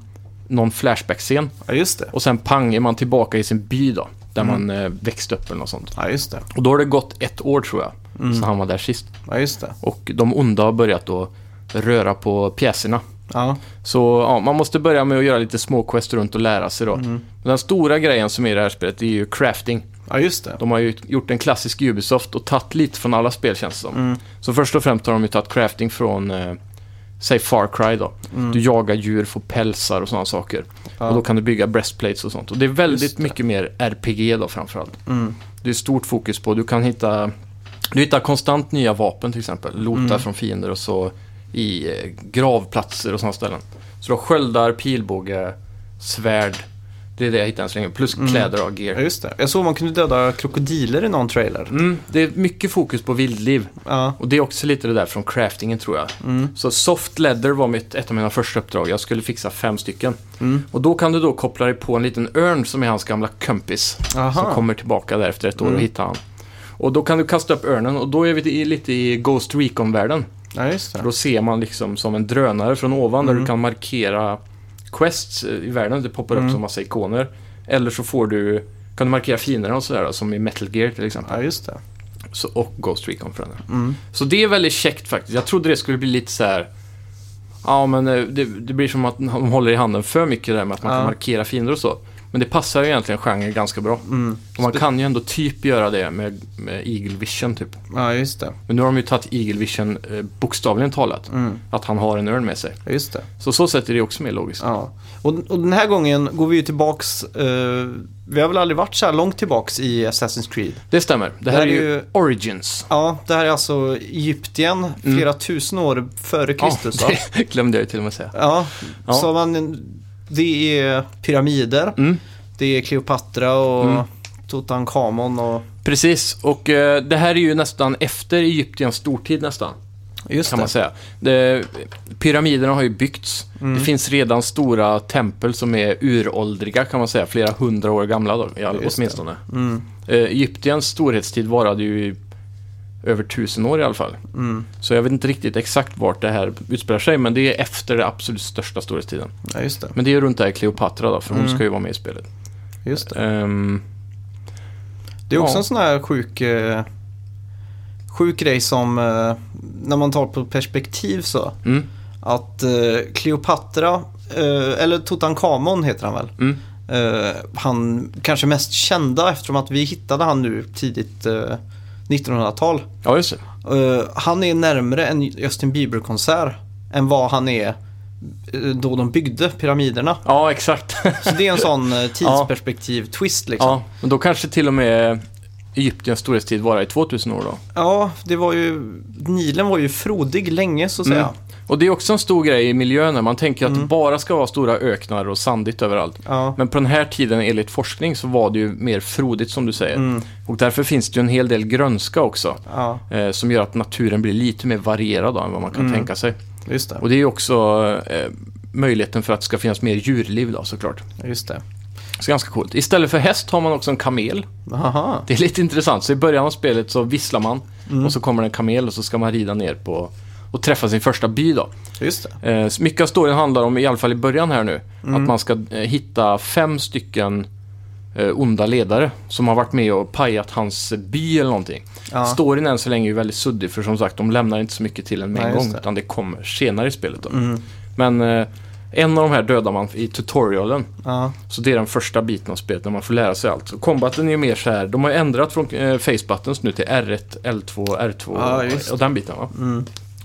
B: någon flashback-scen.
A: Ja, just det.
B: Och sen pang är man tillbaka i sin by då, där man eh, växte upp eller något sånt.
A: Ja, just det.
B: Och då har det gått ett år tror jag, sen han var där sist.
A: Ja, just det.
B: Och de onda har börjat då röra på pjäserna.
A: Ja,
B: Så ja, man måste börja med att göra lite små quest runt och lära sig då.
A: Mm.
B: Men den stora grejen som är i det här spelet är ju crafting.
A: ja just det.
B: De har ju gjort en klassisk Ubisoft och tagit lite från alla spel känns det som.
A: Mm.
B: Så först och främst har de ju tagit crafting från, eh, säg Far Cry då. Du jagar djur, får pälsar och sådana saker.
A: Mm. Ja.
B: Och då kan du bygga breastplates och sånt. Och det är väldigt
A: Just det.
B: mycket mer RPG då framförallt.
A: Mm.
B: Det är stort fokus på, du kan hitta, du hittar konstant nya vapen till exempel. Lotar från fiender och så i eh, gravplatser och sådana ställen. Så du har sköldar, pilbåge, svärd. Det är det jag hittar än så länge. Plus kläder och gear.
A: Ja, just det. Jag såg man kunde döda krokodiler i någon trailer.
B: Mm, det är mycket fokus på vildliv.
A: Ja,
B: Och det är också lite det där från craftingen tror jag. Så soft leather var mitt, ett av mina första uppdrag. Jag skulle fixa fem stycken. Och då kan du då koppla dig på en liten örn som är hans gamla kompis.
A: Aha. Mm.
B: Som kommer tillbaka där efter ett år och hittar han. Och då kan du kasta upp örnen och då är vi i- lite i Ghost Recon-världen.
A: ja just
B: För
A: det.
B: Då ser man liksom som en drönare från ovan där
A: Mm.
B: du kan markera quests eh, i världen. Det poppar upp
A: Mm.
B: som massa ikoner. Eller så får du, kan du markera fienderna och sådär då, som i Metal Gear till exempel.
A: Ja, just det. Mm,
B: Så, och Ghost Recon för den. Så det är väldigt käckt faktiskt. Jag trodde det skulle bli lite så här. Ja, men eh, det, det blir som att de håller i handen för mycket där med att man kan
A: Ja.
B: markera fiender och så. Men det passar ju egentligen genren ganska bra.
A: mm.
B: Och man kan ju ändå typ göra det med, med Eagle Vision typ.
A: Ja, just det.
B: Men nu har de ju tagit Eagle Vision eh, bokstavligen talat.
A: Mm.
B: Att han har en örn med sig.
A: Ja, just det.
B: Så så sätt är det också mer logiskt.
A: Ja. Och, och den här gången går vi ju tillbaks, eh, vi har väl aldrig varit så här långt tillbaks i Assassin's Creed.
B: Det stämmer. Det här är ju, Origins.
A: Ja, det här är alltså Egypten, flera tusen år före Kristus
B: Mm. ja,
A: va?
B: det glömde jag ju till och med säga.
A: Ja,
B: Ja.
A: så man, det är pyramider,
B: Mm.
A: det är Kleopatra och
B: Mm.
A: Tutankhamon och...
B: Precis, och eh, det här är ju nästan efter Egyptens stortid nästan.
A: Just
B: kan man
A: det.
B: säga. Det, pyramiderna har ju byggts.
A: Mm.
B: Det finns redan stora tempel som är uråldriga kan man säga, flera hundra år gamla då, ja,
A: Just det.
B: åtminstone.
A: Mm.
B: Eh, Egyptens storhetstid varade ju i över tusen år i alla fall.
A: Mm.
B: Så jag vet inte riktigt exakt vart det här utspelar sig, men det är efter den absolut största storhetstiden.
A: Ja, just det.
B: Men det är runt där Kleopatra då, för hon
A: Mm.
B: ska ju vara med i spelet.
A: Just det.
B: Ehm,
A: Det är också
B: Ja.
A: en sån här sjuk, eh, sjuk grej som, eh, när man tar på perspektiv så,
B: mm,
A: att eh, Kleopatra, eh, eller Tutankhamon heter han väl,
B: mm,
A: eh, han kanske mest kända eftersom att vi hittade han nu tidigt eh, 1900-tal.
B: ja, just det.
A: Eh, han är närmare en Justin Bieber-konsert än vad han är eh, då de byggde pyramiderna.
B: Ja, exakt.
A: Så det är en sån eh, tidsperspektiv-twist liksom.
B: Ja, men då kanske till och med Egyptens storhetstid varar i 2000 år då.
A: Ja, det var ju, Nilen var ju frodig länge så att säga.
B: Mm. Och det är också en stor grej i miljön. när Man tänker att det bara ska vara stora öknar och sandigt överallt.
A: Ja,
B: Men på den här tiden enligt forskning så var det ju mer frodigt som du säger. Och därför finns det ju en hel del grönska också.
A: ja,
B: Eh, som gör att naturen blir lite mer varierad då, än vad man kan tänka sig.
A: just det.
B: Och det är ju också eh, möjligheten för att det ska finnas mer djurliv då såklart.
A: Just det.
B: Så ganska coolt. Istället för häst har man också en kamel.
A: Aha.
B: Det är lite intressant. Så i början av spelet så visslar man och så kommer en kamel och så ska man rida ner på och träffa sin första by då.
A: Just det.
B: Eh, så mycket av storyn handlar om, i alla fall i början här nu, att man ska eh, hitta fem stycken eh, onda ledare som har varit med och pajat hans by eller någonting.
A: Ja.
B: Storyn än så länge är ju väldigt suddig för som sagt, de lämnar inte så mycket till en med en
A: Nej, just
B: gång,
A: det. Mm.
B: utan det kommer senare i spelet. Då. Men eh, en av de här dödar man i tutorialen.
A: Ja.
B: Så det är den första biten av spelet när man får lära sig allt. Så combaten är ju mer så här, de har ju ändrat från eh, face buttons nu till R1, L2, R2
A: Ja,
B: och,
A: just. Mm.
B: och den biten va.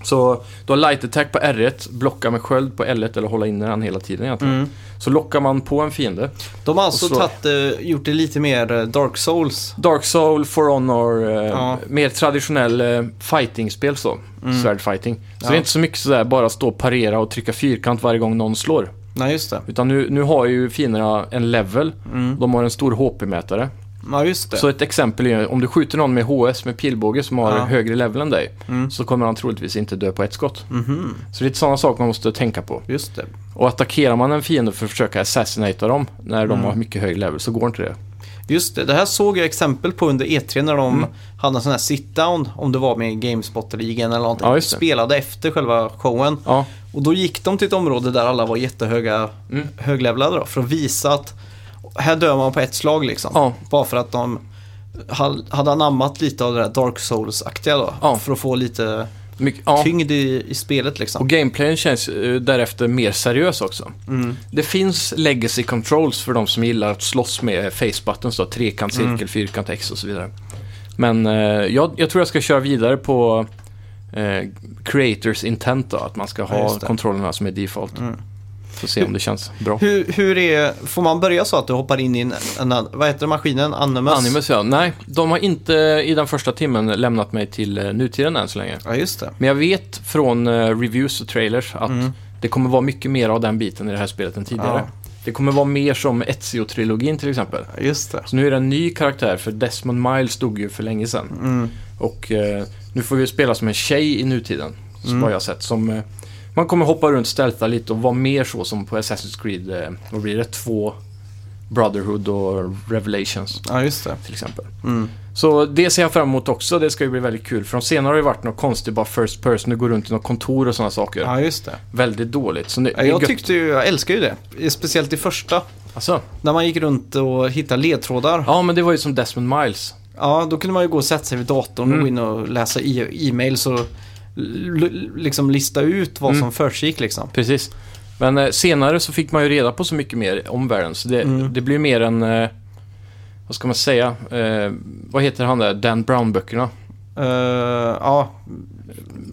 B: Så du har light attack på R1, blocka med sköld på L1 eller hålla inne den hela tiden egentligen.
A: Mm.
B: Så lockar man på en fiende.
A: De har alltså
B: Och så-
A: tagit, eh, gjort det lite mer eh, Dark Souls.
B: Dark Soul, For Honor, eh,
A: Ja. Mm.
B: mer traditionell eh, fighting-spel så. Svärdfighting. Så
A: Ja.
B: det är inte så mycket sådär bara stå och parera och trycka fyrkant varje gång någon slår.
A: Nej, just det.
B: Utan nu, nu har ju fienderna en level, de har en stor HP-mätare.
A: Mm. Ja, just det.
B: Så ett exempel är om du skjuter någon med HS med pilbåge som har
A: Ja. Mm.
B: högre level än dig så kommer han troligtvis inte dö på ett skott.
A: Mhm,
B: Så det är sådana saker man måste tänka på.
A: Just det.
B: Och attackerar man en fiende för att försöka assassinata dem när
A: Mm.
B: de har mycket hög level så går inte det.
A: Just det, det här såg jag exempel på under E3 när de
B: Mm.
A: hade en sån här sit-down, om det var med GameSpot eller IGN eller någonting.
B: Ja, just det.
A: spelade efter själva showen.
B: Ja,
A: Och då gick de till ett område där alla var jättehöga,
B: Mm.
A: höglevlade då, för att visa att här dör man på ett slag liksom.
B: Ja.
A: Bara för att de hal- hade anammat lite av det där Dark Souls-aktiga då.
B: Ja.
A: För att få lite
B: mycket, ja.
A: tyngd i, i spelet liksom.
B: Och gameplayen känns eh, därefter mer seriös också.
A: Mm.
B: Det finns legacy controls för de som gillar att slåss med face buttons, då, trekant,
A: Mm.
B: cirkel, fyrkant, X och så vidare. Men eh, jag, jag tror jag ska köra vidare på eh, creators intent då, att man ska
A: Ja,
B: ha
A: just det. Mm.
B: kontrollerna som är default. Får se om det känns bra.
A: Hur, hur är, får man börja så att du hoppar in i en, en an- vad heter maskinen? Animus?
B: Animus ja, nej, de har inte i den första timmen lämnat mig till eh, nutiden än så länge.
A: Ja, just det.
B: Men jag vet från eh, reviews och trailers att det kommer vara mycket mer av den biten i det här spelet än tidigare.
A: Ja.
B: Det kommer vara mer som Ezio-trilogin till exempel.
A: Ja, Just det.
B: Så nu är det en ny karaktär, för Desmond Miles dog ju för länge sedan. Och eh, nu får vi spela som en tjej i nutiden, som har jag sett. Som, eh, man kommer hoppa runt, stealtha lite och vara mer så som på Assassin's Creed, eh, vad blir det, två Brotherhood och Revelations
A: Ja, just det.
B: till exempel.
A: Mm.
B: Så det ser jag fram emot också, det ska ju bli väldigt kul. För de senare har ju varit något konstigt, bara first person, du går runt i något kontor och sådana saker.
A: Ja, just det.
B: Väldigt dåligt. Så nu,
A: Ja, Jag tyckte ju, jag älskar ju det. Speciellt i första.
B: Alltså,
A: När man gick runt och hittade ledtrådar.
B: ja, men det var ju som Desmond Miles.
A: Ja, då kunde man ju gå och sätta sig vid datorn och gå in och läsa i- e-mails och l- l- liksom lista ut vad som försiggick liksom.
B: Precis. Men eh, senare så fick man ju reda på så mycket mer om världen, så det,
A: Mm.
B: det blir mer en... Eh, vad ska man säga? Eh, vad heter han där? Dan Brown-böckerna?
A: Eh, ja,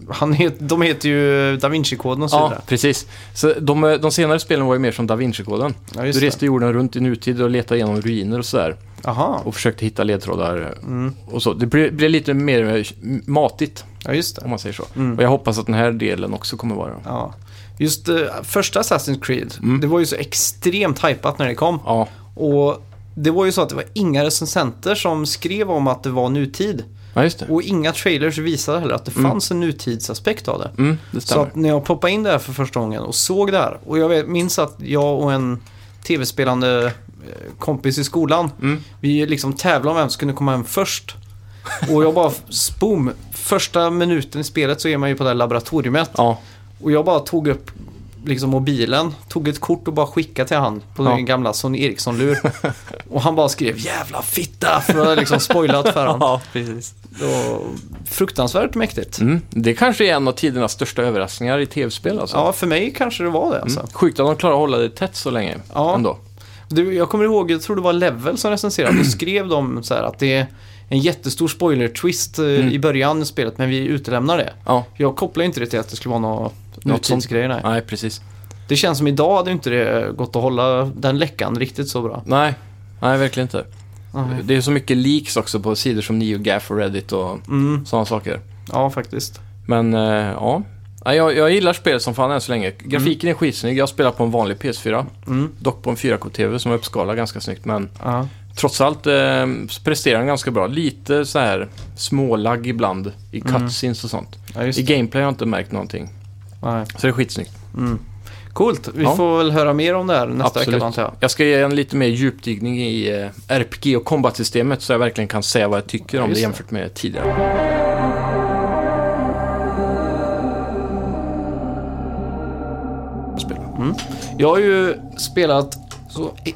A: han het, de heter ju Da Vinci-koden och så
B: Ja,
A: vidare.
B: precis. Så de, eh, de senare spelen var ju mer som Da Vinci-koden.
A: Ja,
B: du
A: just
B: reste
A: det.
B: jorden runt i nutid och letade igenom ruiner och sådär.
A: Aha.
B: och försökte hitta ledtrådar och så. Det blev, blev lite mer eh, matigt,
A: ja, just det.
B: om man säger så. Och jag hoppas att den här delen också kommer vara det.
A: Ja. Just eh, första Assassin's Creed, det var ju så extremt hypat när det kom.
B: Ja,
A: Och det var ju så att det var inga recensenter som skrev om att det var nutid.
B: ja just det.
A: Och inga trailers visade heller att det fanns en nutidsaspekt av det.
B: Mm, det
A: Så
B: stämmer.
A: att när jag poppade in där för första gången och såg det här. Och jag vet- minns att jag och en tv-spelande eh, kompis i skolan.
B: Mm.
A: Vi liksom tävlade om vem som kunde komma hem först. Och jag bara, boom, första minuten i spelet så är man ju på det här laboratoriet.
B: Ja,
A: Och jag bara tog upp liksom mobilen, tog ett kort och bara skickade till han på
B: Ja.
A: den gamla Sony Ericsson-lur. och han bara skrev jävla fitta för att ha liksom spoilat för han.
B: ja precis.
A: Det var fruktansvärt mäktigt.
B: Mm, det kanske är en av tidernas största överraskningar i tv-spel alltså.
A: Ja, för mig kanske det var det alltså.
B: Sjukt att de klarar att hålla det tätt så länge
A: Ja.
B: ändå.
A: Du, jag kommer ihåg, jag tror det var Level som recenserade, då skrev de så här att det är en jättestor spoiler-twist eh,
B: Mm.
A: i början i spelet, men vi utelämnar det.
B: Ja.
A: Jag kopplar inte det till att det skulle vara några
B: Något sånt.
A: nutidsgrejer. Nej.
B: Nej, precis.
A: Det känns som idag hade inte det gått att hålla den läckan riktigt så bra.
B: Nej, nej verkligen inte.
A: Nej.
B: Det är så mycket leaks också på sidor som NeoGaf och Reddit och
A: Mm,
B: sådana saker.
A: ja, faktiskt.
B: Men eh, ja, Nej, jag, jag gillar spelet som fan än så länge. Grafiken är skitsnygg. Jag spelar på en vanlig PS4.
A: Mm.
B: Dock på en 4K-TV som är uppskalad ganska snyggt. Men
A: Ja.
B: trots allt eh, så presterar den ganska bra. Lite så här smålagg ibland i
A: Mm.
B: cutscenes och sånt.
A: Ja, just
B: I
A: det.
B: gameplay har jag inte märkt någonting.
A: Nej.
B: Så det är skitsnyggt.
A: Coolt, vi
B: Ja.
A: får väl höra mer om det här nästa vecka antar jag.
B: Jag ska ge en lite mer djupdykning i eh, RPG och combat-systemet så jag verkligen kan säga vad jag tycker om
A: Just
B: det
A: det.
B: jämfört med tidigare.
A: Jag har ju spelat så i-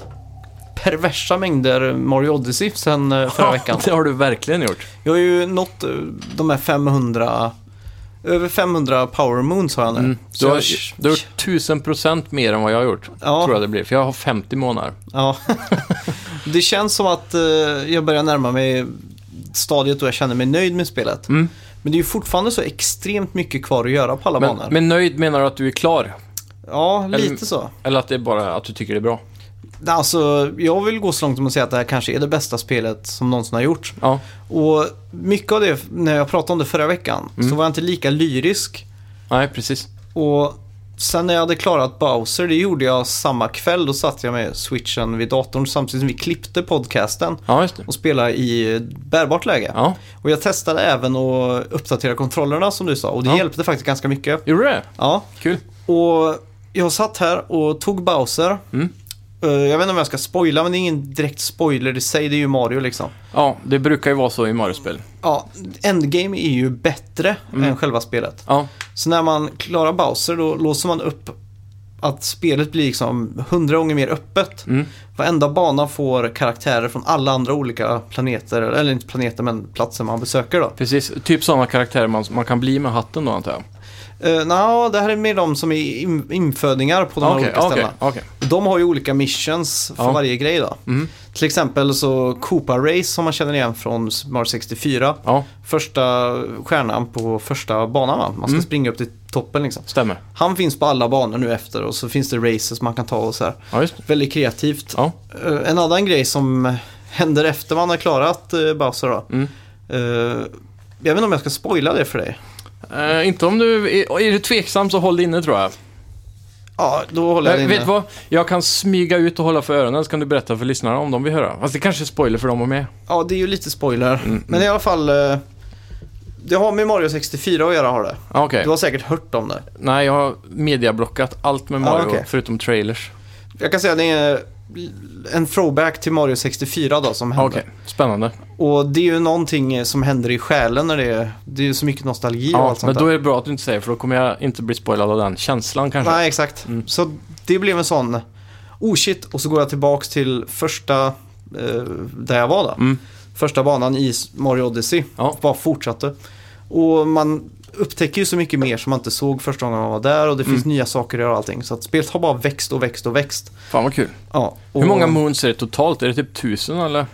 A: perversa mängder Mario Odyssey sen eh, förra veckan.
B: Det har du verkligen gjort.
A: Jag har ju nått eh, de här 500... Över 500 power moons har jag nu.
B: Mm. Du
A: Så
B: har,
A: jag,
B: du har gjort 1000% mer än vad jag har gjort.
A: Ja.
B: Tror jag det blir. För jag har 50 månader.
A: ja. det känns som att eh, jag börjar närma mig stadiet då jag känner mig nöjd med spelet.
B: Mm.
A: Men det är ju fortfarande så extremt mycket kvar att göra på alla
B: Men,
A: banor.
B: men nöjd menar du att du är klar?
A: ja,
B: eller-
A: lite så.
B: Eller att det är bara att du tycker det är bra?
A: Alltså, jag vill gå så långt som att säga att det här kanske är det bästa spelet som någonsin har gjorts.
B: Ja.
A: Och mycket av det, när jag pratade om det förra veckan,
B: Mm.
A: så var jag inte lika lyrisk.
B: Nej, precis.
A: Och sen när jag hade klarat Bowser, det gjorde jag samma kväll. Då satte jag med switchen vid datorn samtidigt som vi klippte podcasten
B: Ja, just det.
A: och spelade i bärbart läge.
B: Ja.
A: Och jag testade även att uppdatera kontrollerna som du sa och det
B: Ja.
A: hjälpte faktiskt ganska mycket.
B: Gjorde du det?
A: Ja,
B: Kul.
A: och jag satt här och tog Bowser.
B: Mm.
A: Eh, Jag vet inte om jag ska spoila, men det är ingen direkt spoiler i sig. Det är ju Mario liksom.
B: Ja, det brukar ju vara så i Mario-spel.
A: Ja, Endgame är ju bättre
B: Mm.
A: än själva spelet.
B: Ja.
A: Så när man klarar Bowser då låser man upp att spelet blir liksom hundra gånger mer öppet.
B: Mm.
A: Varenda bana får karaktärer från alla andra olika planeter, eller inte planeter men platser man besöker då.
B: Precis. Typ sådana karaktärer man, man kan bli med hatten då, antar jag.
A: Uh, Nja, det här är mer de som är in- infödingar på de här
B: Okej,
A: olika
B: okej,
A: ställena.
B: okej.
A: De har ju olika missions för
B: Ja.
A: varje grej då.
B: Mm.
A: Till exempel så Koopa Race som man känner igen från Super Mario 64.
B: Ja,
A: Första stjärnan på första banan va? Man ska
B: Mm.
A: springa upp till toppen liksom.
B: stämmer.
A: Han finns på alla banor nu efter och så finns det races man kan ta och så här.
B: Ja, just det.
A: Väldigt kreativt.
B: Ja.
A: Eh, En annan grej som händer efter man har klarat eh, Bowser då.
B: Mm.
A: Eh, Jag vet inte om jag ska spoila det för dig.
B: Eh, inte om du... Är, är du tveksam så håll det inne, tror jag.
A: Ja, då håller jag
B: Eh,
A: det
B: vet
A: inne.
B: du vad? Jag kan smyga ut och hålla för öronen, så kan du berätta för lyssnarna om de vill höra. Fast det kanske är spoiler för dem och med.
A: Ja, det är ju lite spoiler.
B: Mm,
A: Men i alla fall, eh, det har med Mario 64 att göra har det.
B: Ja, Ah, Okej.
A: Du har säkert hört om det.
B: Nej, jag har mediablockat allt med
A: Ja,
B: Mario,
A: Ah, okej.
B: förutom trailers.
A: Jag kan säga att det är en throwback till Mario 64 då som
B: Ah, Okej,
A: hände.
B: spännande.
A: Och det är ju någonting som händer i själen när det är, det är ju så mycket nostalgi och
B: Ja,
A: allt
B: men
A: sånt
B: då
A: där.
B: är det bra att du inte säger, för då kommer jag inte bli spoilad av den känslan kanske. Mm.
A: Nej, exakt. Så det blev en sån, oh shit, och så går jag tillbaks till första, eh, där jag var då.
B: Mm.
A: Första banan i Mario Odyssey.
B: Ja.
A: Bara fortsatte. Och man upptäcker ju så mycket mer som man inte såg första gången man var där och det finns
B: Mm.
A: nya saker att göra och allting. Så att spelet har bara växt och växt och växt.
B: Fan vad kul.
A: Ja, och
B: Hur många moons är det totalt? Är det typ tusen eller?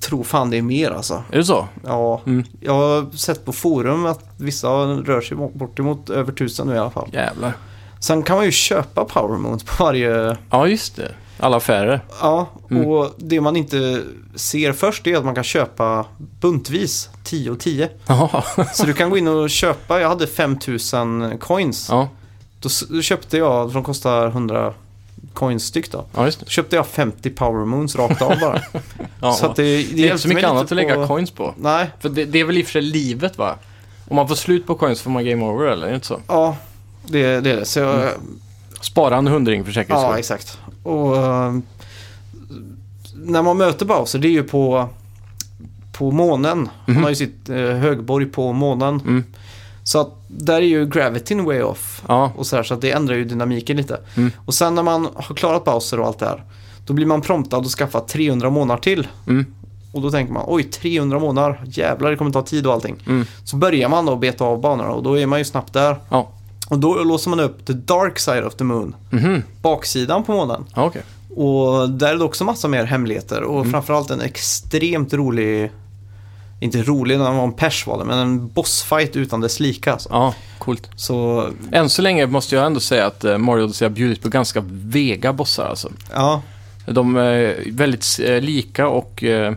A: tror fan det är mer alltså.
B: Är det så?
A: Ja,
B: Mm.
A: jag har sett på forum att vissa rör sig bortemot över tusen nu i alla fall.
B: Jävlar.
A: Sen kan man ju köpa Power Moons på varje...
B: Ja, just det. Alla affärer.
A: Ja,
B: Mm.
A: och det man inte ser först är att man kan köpa buntvis, 10 och 10.
B: Jaha.
A: Så du kan gå in och köpa, jag hade 5000 coins.
B: Ja,
A: Då s- då köpte jag, de kostar 100 coins styck då.
B: ja just det.
A: Då köpte jag 50 Power Moons rakt av bara.
B: Ja.
A: Så att det, det,
B: det är inte
A: hjälpte
B: så
A: mig
B: mycket
A: lite
B: annat att lägga
A: på-
B: coins på.
A: Nej,
B: För det, det är väl i och för sig livet va? Om man får slut på coins får man game over eller? Är det inte så?
A: ja, det, det är det. Så jag,
B: Mm. Spara en hundring för säkerhets
A: Ja,
B: skull.
A: exakt. Och eh, när man möter Bowser, det är ju på, på månen. Han har ju sitt eh, högborg på månen.
B: Mhm. Mm.
A: Så att där är ju gravitin way off.
B: Ja,
A: Och så, här, så att det ändrar ju dynamiken lite.
B: Mm.
A: Och sen när man har klarat Bowser och allt det här, då blir man promptad att skaffa 300 månader till.
B: Mm.
A: Och då tänker man, oj 300 månader, jävlar det kommer ta tid och allting.
B: Mm.
A: Så börjar man då beta av banorna och då är man ju snabbt där.
B: ja.
A: Och då låser man upp the dark side of the moon,
B: Mhm.
A: baksidan på månen.
B: ja okej.
A: Och där är det också massa mer hemligheter och framförallt en extremt rolig, inte rolig när han var en pers var det, men en bossfight utan dess lika alltså.
B: Ja, coolt.
A: Så,
B: Än så länge måste jag ändå säga att eh, Mario Odyssey har bjudit på ganska vega bossar alltså.
A: ja,
B: De är väldigt eh, lika och eh,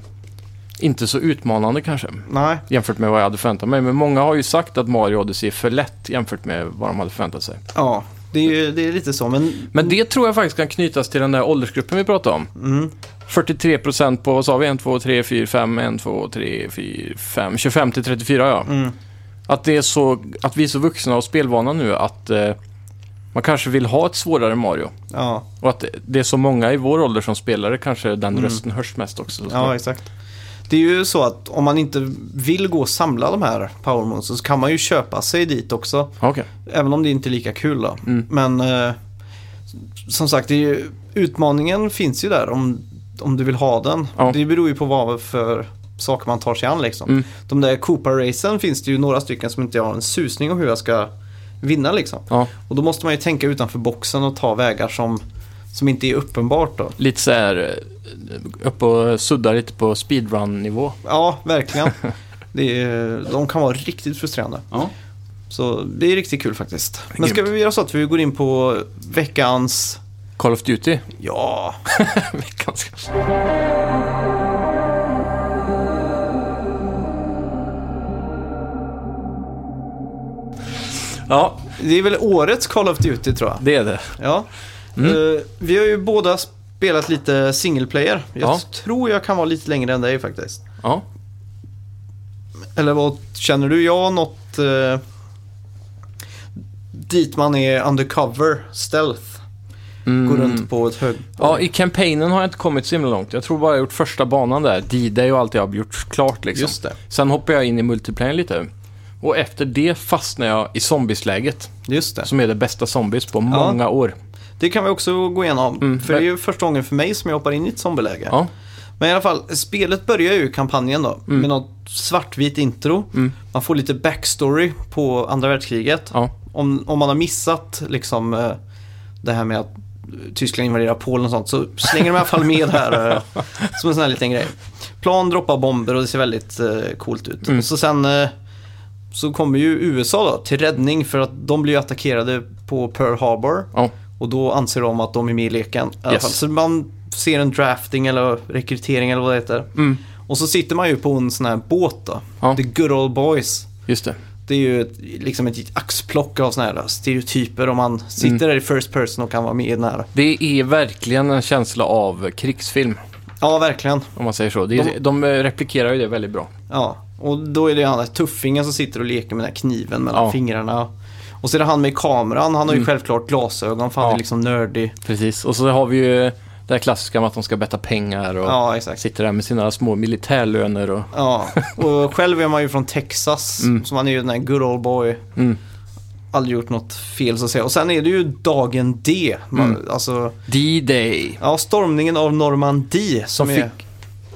B: inte så utmanande kanske.
A: nej.
B: Jämfört med vad jag hade förväntat mig. Men många har ju sagt att Mario Odyssey är för lätt jämfört med vad de hade förväntat sig.
A: Ja, det är, ju- det är lite så, men
B: Men det tror jag faktiskt kan knytas till den där åldersgruppen vi pratade om.
A: mm,
B: 43% på, vad sa vi, 1, 2, 3, 4, 5, 1, 2, 3, 4, 5, 25 till 34 ja.
A: mm,
B: Att, det är så, att vi är så vuxna och spelvana nu att eh, man kanske vill ha ett svårare Mario.
A: ja,
B: Och att det är så många i vår ålder som spelare kanske den
A: Mm.
B: rösten hörs mest också.
A: ja exakt. Det är ju så att om man inte vill gå och samla de här powermoons så kan man ju köpa sig dit också.
B: Okej.
A: Även om det inte är lika kul då.
B: Mm.
A: Men eh, som sagt, det är ju, utmaningen finns ju där om, om du vill ha den.
B: Ja.
A: Det beror ju på vad för saker man tar sig an liksom.
B: Mm.
A: De där Copa-racen finns det ju några stycken som inte jag har en susning om hur jag ska vinna liksom.
B: Ja.
A: Och då måste man ju tänka utanför boxen och ta vägar som, som inte är uppenbart då.
B: Lite så här eh, upp och sudda lite på speedrun-nivå.
A: Ja, verkligen. det är, de kan vara riktigt frustrerande.
C: Ja.
A: Så det är riktigt kul faktiskt. Men ska vi göra så att vi går in på veckans...
B: Call of Duty.
A: Ja,
B: Veckans Ja,
A: det är väl årets Call of Duty tror jag.
B: det är det.
A: Ja.
B: Mm.
A: Eh, vi har ju båda spelat lite single player. Jag
B: Ja.
A: tror jag kan vara lite längre än dig faktiskt.
B: Ja.
A: Eller vad känner du? Jag har något eh, dit man är undercover, stealth. Går runt på ett hög...
B: Mm. ja, i kampanjen har jag inte kommit så himla långt. Jag tror bara jag har gjort första banan där. D-Day och allt jag har gjort klart liksom.
A: Just det.
B: Sen hoppar jag in i multiplayer lite. Och efter det fastnar jag i zombiesläget.
A: Just det.
B: Som är det bästa zombies på många år.
A: Det kan vi också gå igenom.
B: Mm.
A: För det är ju första gången för mig som jag hoppar in i ett zombieläge.
B: Ja.
A: Men i alla fall, spelet börjar ju kampanjen då.
B: Mm.
A: Med något svartvitt intro. Man får lite backstory på andra världskriget.
B: Ja.
A: om, om man har missat liksom eh, det här med att Tyskland invaderar Polen och sånt så slänger de i alla fall med här eh, som en sån här liten grej. Plan droppar bomber och det ser väldigt eh, coolt ut.
B: Mm.
A: Så sen eh, så kommer ju USA då till räddning för att de blir ju attackerade på Pearl Harbor.
B: Ja.
A: Och då anser de att de är med i leken. I alla
B: Yes.
A: fall. Så man ser en drafting eller rekrytering eller vad det heter.
B: Mm.
A: Och så sitter man ju på en sån här båt då.
B: Ja.
A: The good old boys.
B: Just det.
A: Det är ju ett, liksom ett axplock av sådana här stereotyper om man sitter
B: Mm.
A: där i first person och kan vara med i den här.
B: Det är verkligen en känsla av krigsfilm,
A: Ja, verkligen.
B: om man säger så. Det, de... eh, replikerar ju det väldigt bra.
A: Ja. Och då är det han där tuffingen som sitter och leker med den här kniven mellan
B: Ja. Mm.
A: fingrarna. Och så är det han med kameran. Han har ju självklart glasögon för han
B: Ja.
A: är liksom nördig.
B: Precis. Och så har vi ju det här klassiska med att de ska betta pengar och
A: Ja, exakt.
B: sitter där med sina små militärlöner och...
A: Ja. Och själv är man ju från Texas, så man är ju den här good old boy.
B: Mm.
A: Aldrig gjort något fel så att säga. Och sen är det ju dagen D. Man,
B: Mm.
A: Alltså,
B: D-Day.
A: ja, stormningen av Normandie som,
B: Som
A: är...
B: fick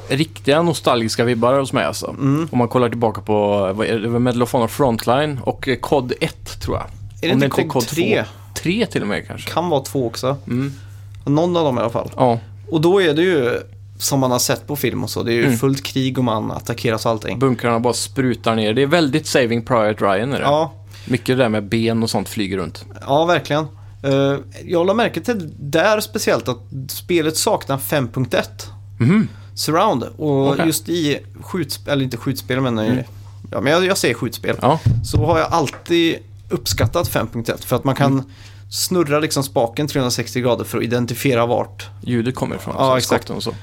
B: riktiga nostalgiska vibbar hos mig alltså.
A: Mm.
B: Om man kollar tillbaka på vad är det, Medal of Honor Frontline och eh, COD 1 tror jag.
A: Är det
B: Om
A: inte COD 3?
B: 2. 3 till och med kanske.
A: Kan vara två också.
B: Mm.
A: Någon av dem i alla fall.
B: Ja,
A: Och då är det ju, som man har sett på film och så, det är ju
B: Mm.
A: fullt krig och man attackeras och allting.
B: bunkrarna bara sprutar ner. Det är väldigt Saving Private Ryan är det.
A: Ja,
B: Mycket det där med ben och sånt flyger runt.
A: ja verkligen. Eh, jag la märke till där speciellt att spelet saknar 5.1
B: Mhm.
A: surround. Och
B: Okej. Mm.
A: just i skjutspel, eller inte skjutspel men, i- ja, men jag, jag säger skjutspel.
B: Ja.
A: Så har jag alltid uppskattat 5.1 för att man kan
B: Mm.
A: snurra liksom spaken 360 grader för att identifiera vart
B: ljudet kommer ifrån.
A: Ja,
B: så
A: exakt.
B: skotten Och så.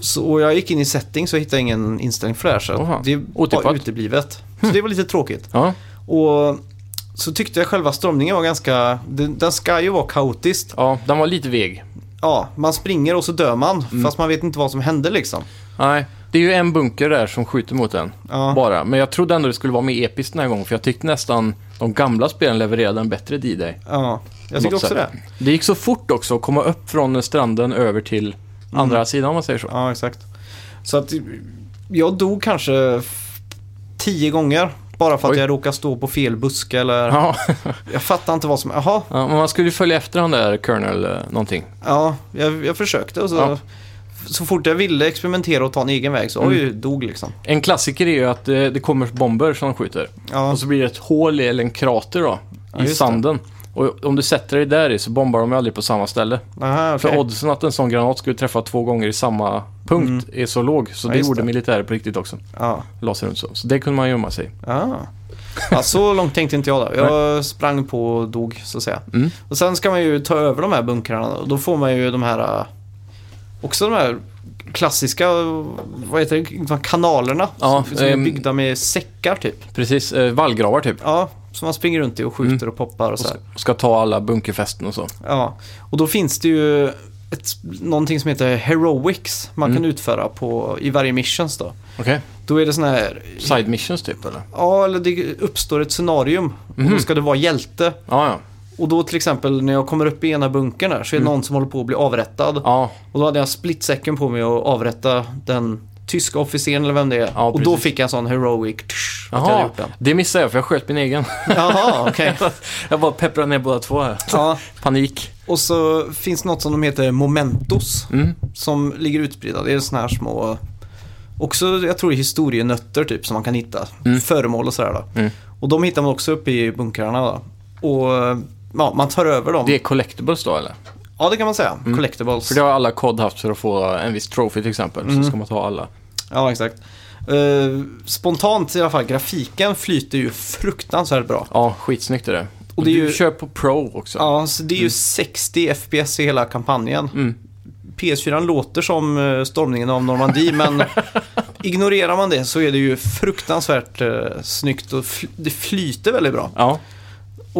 A: Så, och jag gick in i settings och hittade ingen inställning för det här. Så
B: Oha,
A: det
B: otippat. Hm.
A: var uteblivet. Så det var lite tråkigt.
B: Ja,
A: Och så tyckte jag själva stormningen var ganska... Den, den ska ju vara kaotisk.
B: ja, den var lite veg.
A: Ja, man springer och så dör man.
B: Mm.
A: Fast man vet inte vad som hände liksom.
B: Nej, det är ju en bunker där som skjuter mot en.
A: Ja.
B: Bara. Men jag trodde ändå det skulle vara mer episkt den här gången. För jag tyckte nästan de gamla spelen levererade en bättre D-Day.
A: Ja, jag tycker
B: Något
A: också
B: sätt.
A: det.
B: Det gick så fort också att komma upp från stranden över till andra sidan om man säger så.
A: Mm. Ja, exakt. Så att jag dog kanske f- tio gånger. Bara för att
B: Oj.
A: jag råkade stå på fel buske eller...
B: Ja.
A: Jag fattar inte vad som... Jaha,
B: ja, men man skulle ju följa efter han där Colonel eh, någonting.
A: Ja, jag, jag försökte och så,
B: Ja. Mm.
A: så fort jag ville experimentera och ta en egen väg så oj, dog liksom.
B: En klassiker är ju att eh, det kommer bomber som de skjuter.
A: Ja,
B: Och så blir det ett hål i- eller en krater då,
A: Ja,
B: i
A: just det.
B: sanden. Och om du sätter dig där i så bombar de ju aldrig på samma ställe.
A: aha,
B: För
A: okej.
B: oddsen att en sån granat skulle träffa två gånger i samma punkt är så låg. Så
A: Mm. Ja,
B: det
A: just
B: gjorde
A: det.
B: militärer på riktigt också.
A: ja.
B: La sig runt så. Så det kunde man gömma sig i.
A: Ja. ja, så långt tänkte inte jag då. Jag sprang på och dog så att säga.
B: Mm.
A: Och sen ska man ju ta över de här bunkrarna och då får man ju de här äh, också de här klassiska vad heter det, de här kanalerna
B: Ja,
A: som, som är
B: ehm,
A: byggda med säckar typ.
B: Precis, eh, vallgravar typ.
A: Ja, som man springer runt i och skjuter
B: mm.
A: och poppar och så här.
B: Ska ta alla bunkerfästen och så.
A: Ja, och då finns det ju ett, någonting som heter heroics man
B: Mm.
A: kan utföra på, i varje missions då.
B: Okej.
A: Då är det sån här,
B: Side missions typ eller? Mhm.
A: ja eller det uppstår ett scenarium och då ska du vara hjälte.
B: Ja, ja.
A: Och då till exempel när jag kommer upp i ena bunkern där så är det någon som håller på att bli avrättad.
B: Mm. Ja,
A: Och då hade jag splitsäcken på mig och avrätta den tyska officeren eller vem det är.
B: Ja,
A: och då
B: precis.
A: fick jag en sån heroic tsch, att jag hade
B: jaha.
A: gjort den.
B: Det missade jag för jag sköt min egen.
A: Jaha, okej.
B: jag bara pepprade ner båda två här.
A: Ja.
B: Panik.
A: Och så finns det något som de heter Momentos
B: Mm.
A: som ligger utspridda. Det är såna här små, också jag tror det är historienötter typ som man kan hitta.
B: Mm.
A: Föremål och sådär då.
B: Mm.
A: Och de hittar man också uppe i bunkrarna då. Och ja, man tar över dem.
B: Det är collectibles då eller?
A: Ja, det kan man säga. Collectibles.
B: För det har alla kod haft för att få en viss trophy till exempel. Så ska man ta alla.
A: Ja, exakt. Eh, spontant i alla fall, grafiken flyter ju fruktansvärt bra.
B: Ja, skitsnyggt är det. Och,
A: det är
B: du
A: ju-
B: kör på Pro också.
A: Ja, så det är ju 60 FPS i hela kampanjen.
B: Mm.
A: PS4 låter som eh, stormningen av Normandie, men ignorerar man det så är det ju fruktansvärt eh, snyggt och fl- det flyter väldigt bra.
B: Ja.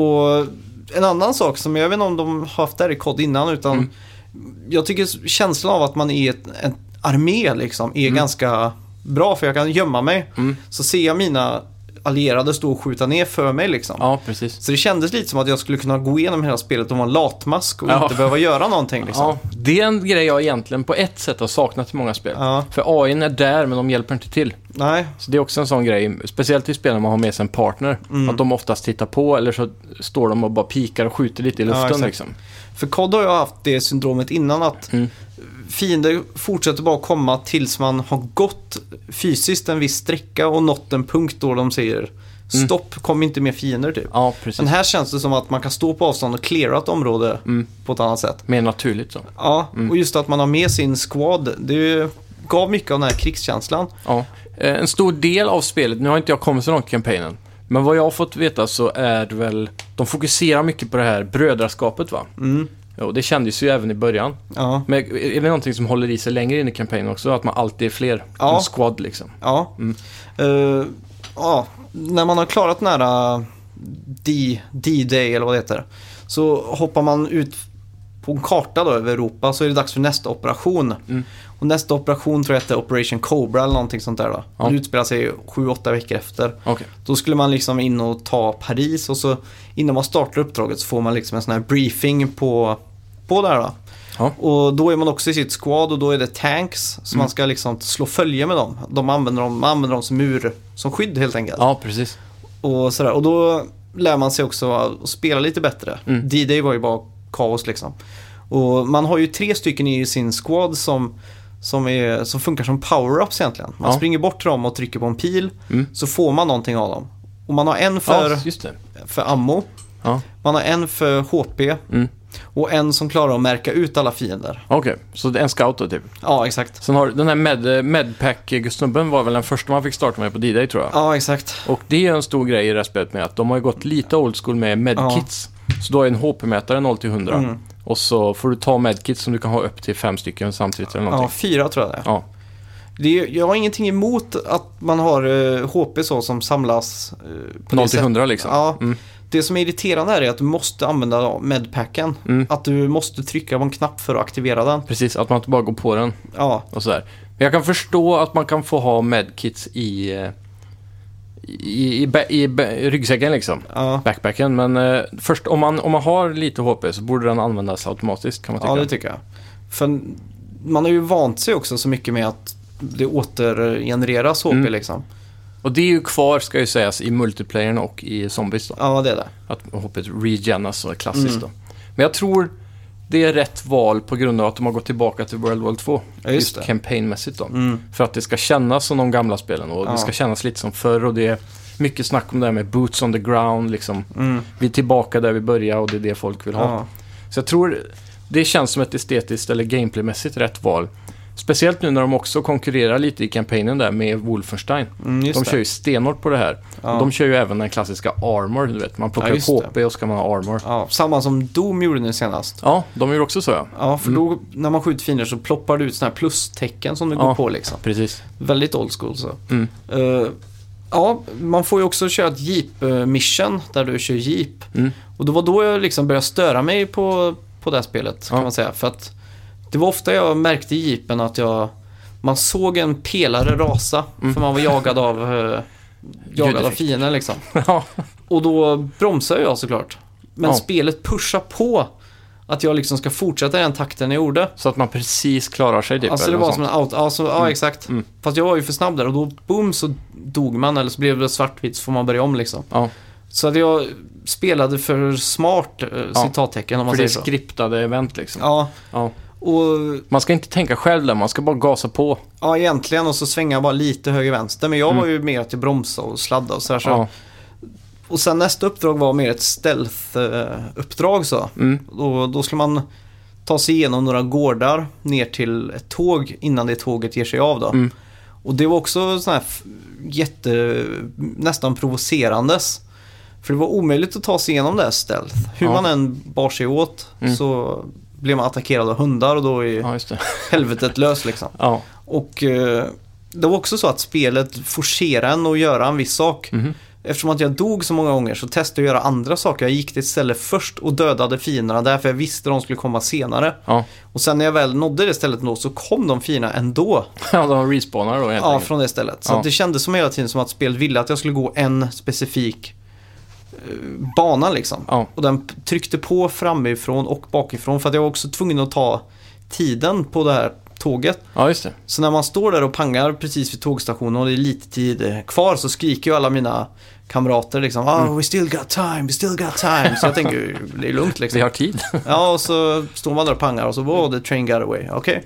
A: Och en annan sak som jag vet inte om de har haft där i kod innan, utan
B: Mm.
A: jag tycker känslan av att man är ett, en armé liksom är ganska bra, för jag kan gömma mig.
B: Mm.
A: Så ser jag mina allierade stå och skjuta ner för mig liksom.
B: ja, precis.
A: Så det kändes lite som att jag skulle kunna gå igenom hela spelet och vara en latmask och
B: Ja.
A: inte behöva göra någonting. Liksom.
B: Ja, det är en grej jag egentligen på ett sätt har saknat i många spel.
A: Ja.
B: För AI är där men de hjälper inte till.
A: Nej,
B: Så det är också en sån grej, speciellt i spel när man har med sig en partner.
A: Mm.
B: Att de oftast tittar på eller så står de och bara pikar och skjuter lite i
A: Ja,
B: luften
A: exakt.
B: liksom.
A: för COD har jag haft det syndromet innan att
B: Mm.
A: fiender fortsätter bara komma tills man har gått fysiskt en viss sträcka och nått en punkt då de säger stopp, kom inte mer fiender typ.
B: Mm. Ja,
A: Men
B: precis.
A: här känns det som att man kan stå på avstånd och cleara ett område
B: Mm.
A: på ett annat sätt.
B: Mer naturligt så.
A: Ja,
B: Mm.
A: och just att man har med sin squad, det gav mycket av den här krigskänslan.
B: Ja. Eh, En stor del av spelet, nu har inte jag kommit så långt i kampanjen, men vad jag har fått veta så är det väl, de fokuserar mycket på det här brödraskapet va?
A: Mm.
B: Ja, och det kändes ju även i början.
A: Ja.
B: Men är är det någonting som håller i sig längre in i kampanjen också? Att man alltid är fler?
A: Ja.
B: En squad liksom.
A: Ja.
B: Mm.
A: Eh, ja. När man har klarat den här eh, D- D-Day eller vad det heter. Så hoppar man ut på en karta då över Europa så är det dags för nästa operation.
B: Mm.
A: Och nästa operation tror jag hette Operation Cobra eller någonting sånt där då.
B: Ja.
A: Det utspelar sig 7-8 veckor efter.
B: Okej.
A: Då skulle man liksom in och ta Paris och så innan man startar uppdraget så får man liksom en sån här briefing på, på det här då.
B: Ja.
A: Och då är man också i sitt squad och då är det tanks så man ska liksom slå följe med dem. De använder dem, man använder dem som mur, som skydd helt enkelt.
B: Ja, precis.
A: Och, sådär. och då lär man sig också att spela lite bättre.
B: Mm.
A: D-Day var ju bara kaos liksom. Och man har ju tre stycken i sin squad som, som, är, som funkar som power-ups egentligen. Man
B: Ja.
A: springer bort till dem och trycker på en pil
B: Mm.
A: så får man någonting av dem. Och man har en för,
B: Ja, just det.
A: för ammo,
B: Ja.
A: man har en för HP
B: Mm.
A: och en som klarar att märka ut alla fiender.
B: Okej, så det är en scout då typ.
A: Ja, exakt.
B: Sen har du- den här med, medpack-snubben var väl den första man fick starta med på D-Day tror jag.
A: Ja, exakt.
B: Och det är ju en stor grej i det här spelet med att de har ju gått lite old school med medkits. Så du har ju en HP-mätare 0 till 100.
A: Mm.
B: Och så får du ta medkits som du kan ha upp till fem stycken samtidigt eller
A: Ja,
B: någonting.
A: fyra tror jag det är.
B: Ja.
A: Det är. Jag har ingenting emot att man har eh, HP så som samlas. eh, på det
B: 0 till
A: sättet.
B: 100 liksom.
A: Ja.
B: Mm.
A: Det som är irriterande här är att du måste använda medpacken.
B: Mm.
A: Att du måste trycka på en knapp för att aktivera den.
B: Precis, att man inte bara går på den
A: Ja,
B: och sådär. Men jag kan förstå att man kan få ha medkits i, eh, i, i, bä- i, bä- i ryggsäcken liksom.
A: ja.
B: Backpacken, men eh, först om man, om man har lite HP så borde den användas automatiskt kan man
A: ja
B: tycka.
A: det tycker jag. För man har ju vant sig också så mycket med att det återgenereras HP
B: Mm.
A: liksom.
B: och det är ju kvar, ska ju sägas, i multiplayern och i zombies då.
A: Ja, det är det.
B: Att hoppet regenas så klassiskt
A: Mm.
B: då. Men jag tror det är rätt val på grund av att de har gått tillbaka till World War 2.
A: Ja, just det.
B: campaignmässigt då.
A: Mm.
B: För att det ska kännas som de gamla spelen och
A: Ja.
B: det ska kännas lite som förr och det är mycket snack om det här med boots on the ground liksom.
A: Mm.
B: Vi är tillbaka där vi börjar och det är det folk vill ha.
A: Ja.
B: Så jag tror det känns som ett estetiskt eller gameplaymässigt rätt val. Speciellt nu när de också konkurrerar lite i kampanjen där med Wolfenstein.
A: Mm, just
B: De
A: det.
B: kör ju stenhårt på det här.
A: Ja.
B: De kör ju även den klassiska armor, du vet. Man plockar
A: Ja,
B: upp
A: just
B: HP och ska man ha armor.
A: Ja, samma som Doom gjorde nu senast.
B: Ja, de gör också så ja.
A: Ja, för då när man skjuter fiender så ploppar det ut sådana här plustecken som du
B: Ja.
A: går på liksom.
B: Precis.
A: Väldigt old school så.
B: Mm.
A: Eh, ja, man får ju också köra ett Jeep-mission där du kör Jeep.
B: Mm.
A: Och det var då jag liksom började störa mig på, på det här spelet kan
B: Ja.
A: man säga. För att det var ofta jag märkte i Jeepen att jag, man såg en pelare rasa för man var jagad av, eh, jagad av
B: Mm. Ljudeffekt.
A: fienden liksom.
B: ja.
A: Och då bromsade jag såklart. Men
B: Ja.
A: spelet pushar på att jag liksom ska fortsätta i den takten jag gjorde.
B: Så att man precis klarar sig typ.
A: alltså det
B: eller
A: var
B: något
A: som en out, alltså, ja exakt.
B: Mm.
A: Fast jag var ju för snabb där och då boom så dog man eller så blev det svartvitt så får man börja om liksom.
B: Ja,
A: Så att jag spelade för smart, eh,
B: Ja.
A: citattecken om man
B: för det är
A: säger så.
B: skriptade event liksom.
A: Ja,
B: Ja.
A: och
B: Man ska inte tänka själv där, man ska bara gasa på.
A: ja, egentligen och så svänga bara lite höger-vänster. Men jag
B: Mm.
A: var ju mer att jag bromsade och sladdade och sådär. Så.
B: Ja.
A: Och sen nästa uppdrag var mer ett stealth-uppdrag så.
B: Mm.
A: Då, då skulle man ta sig igenom några gårdar ner till ett tåg innan det tåget ger sig av då.
B: Mm.
A: Och det var också sån här f- jätte, nästan provocerandes. För det var omöjligt att ta sig igenom det här stealth. Hur
B: Ja.
A: man än bar sig åt
B: Mm.
A: så blev man attackerad av hundar och då är
B: ja, just det.
A: helvetet löst liksom.
B: Ja.
A: Och eh, det var också så att spelet forcerade en att göra en viss sak.
B: Mhm.
A: Eftersom att jag dog så många gånger så testade jag att göra andra saker. Jag gick till ett ställe först och dödade fienderna därför jag visste de skulle komma senare.
B: Ja.
A: Och sen när jag väl nådde det stället då så kom de fina ändå.
B: ja, de respawnar då helt
A: Ja,
B: enkelt.
A: från det stället. Så
B: Ja.
A: att det kändes som hela tiden som att spelet ville att jag skulle gå en specifik eh, bana liksom.
B: Ja.
A: Och den p- tryckte på framifrån och bakifrån för att jag var också tvungen att ta tiden på det här tåget.
B: ja, just det.
A: Så när man står där och pangar precis vid tågstationen och det är lite tid eh, kvar så skriker ju alla mina kamrater liksom oh, we still got time, we still got time. Så jag tänker ju, det är lugnt
B: Vi
A: liksom.
B: har tid.
A: Ja, och så står man där och pangar och så oh, the train got away. Okej.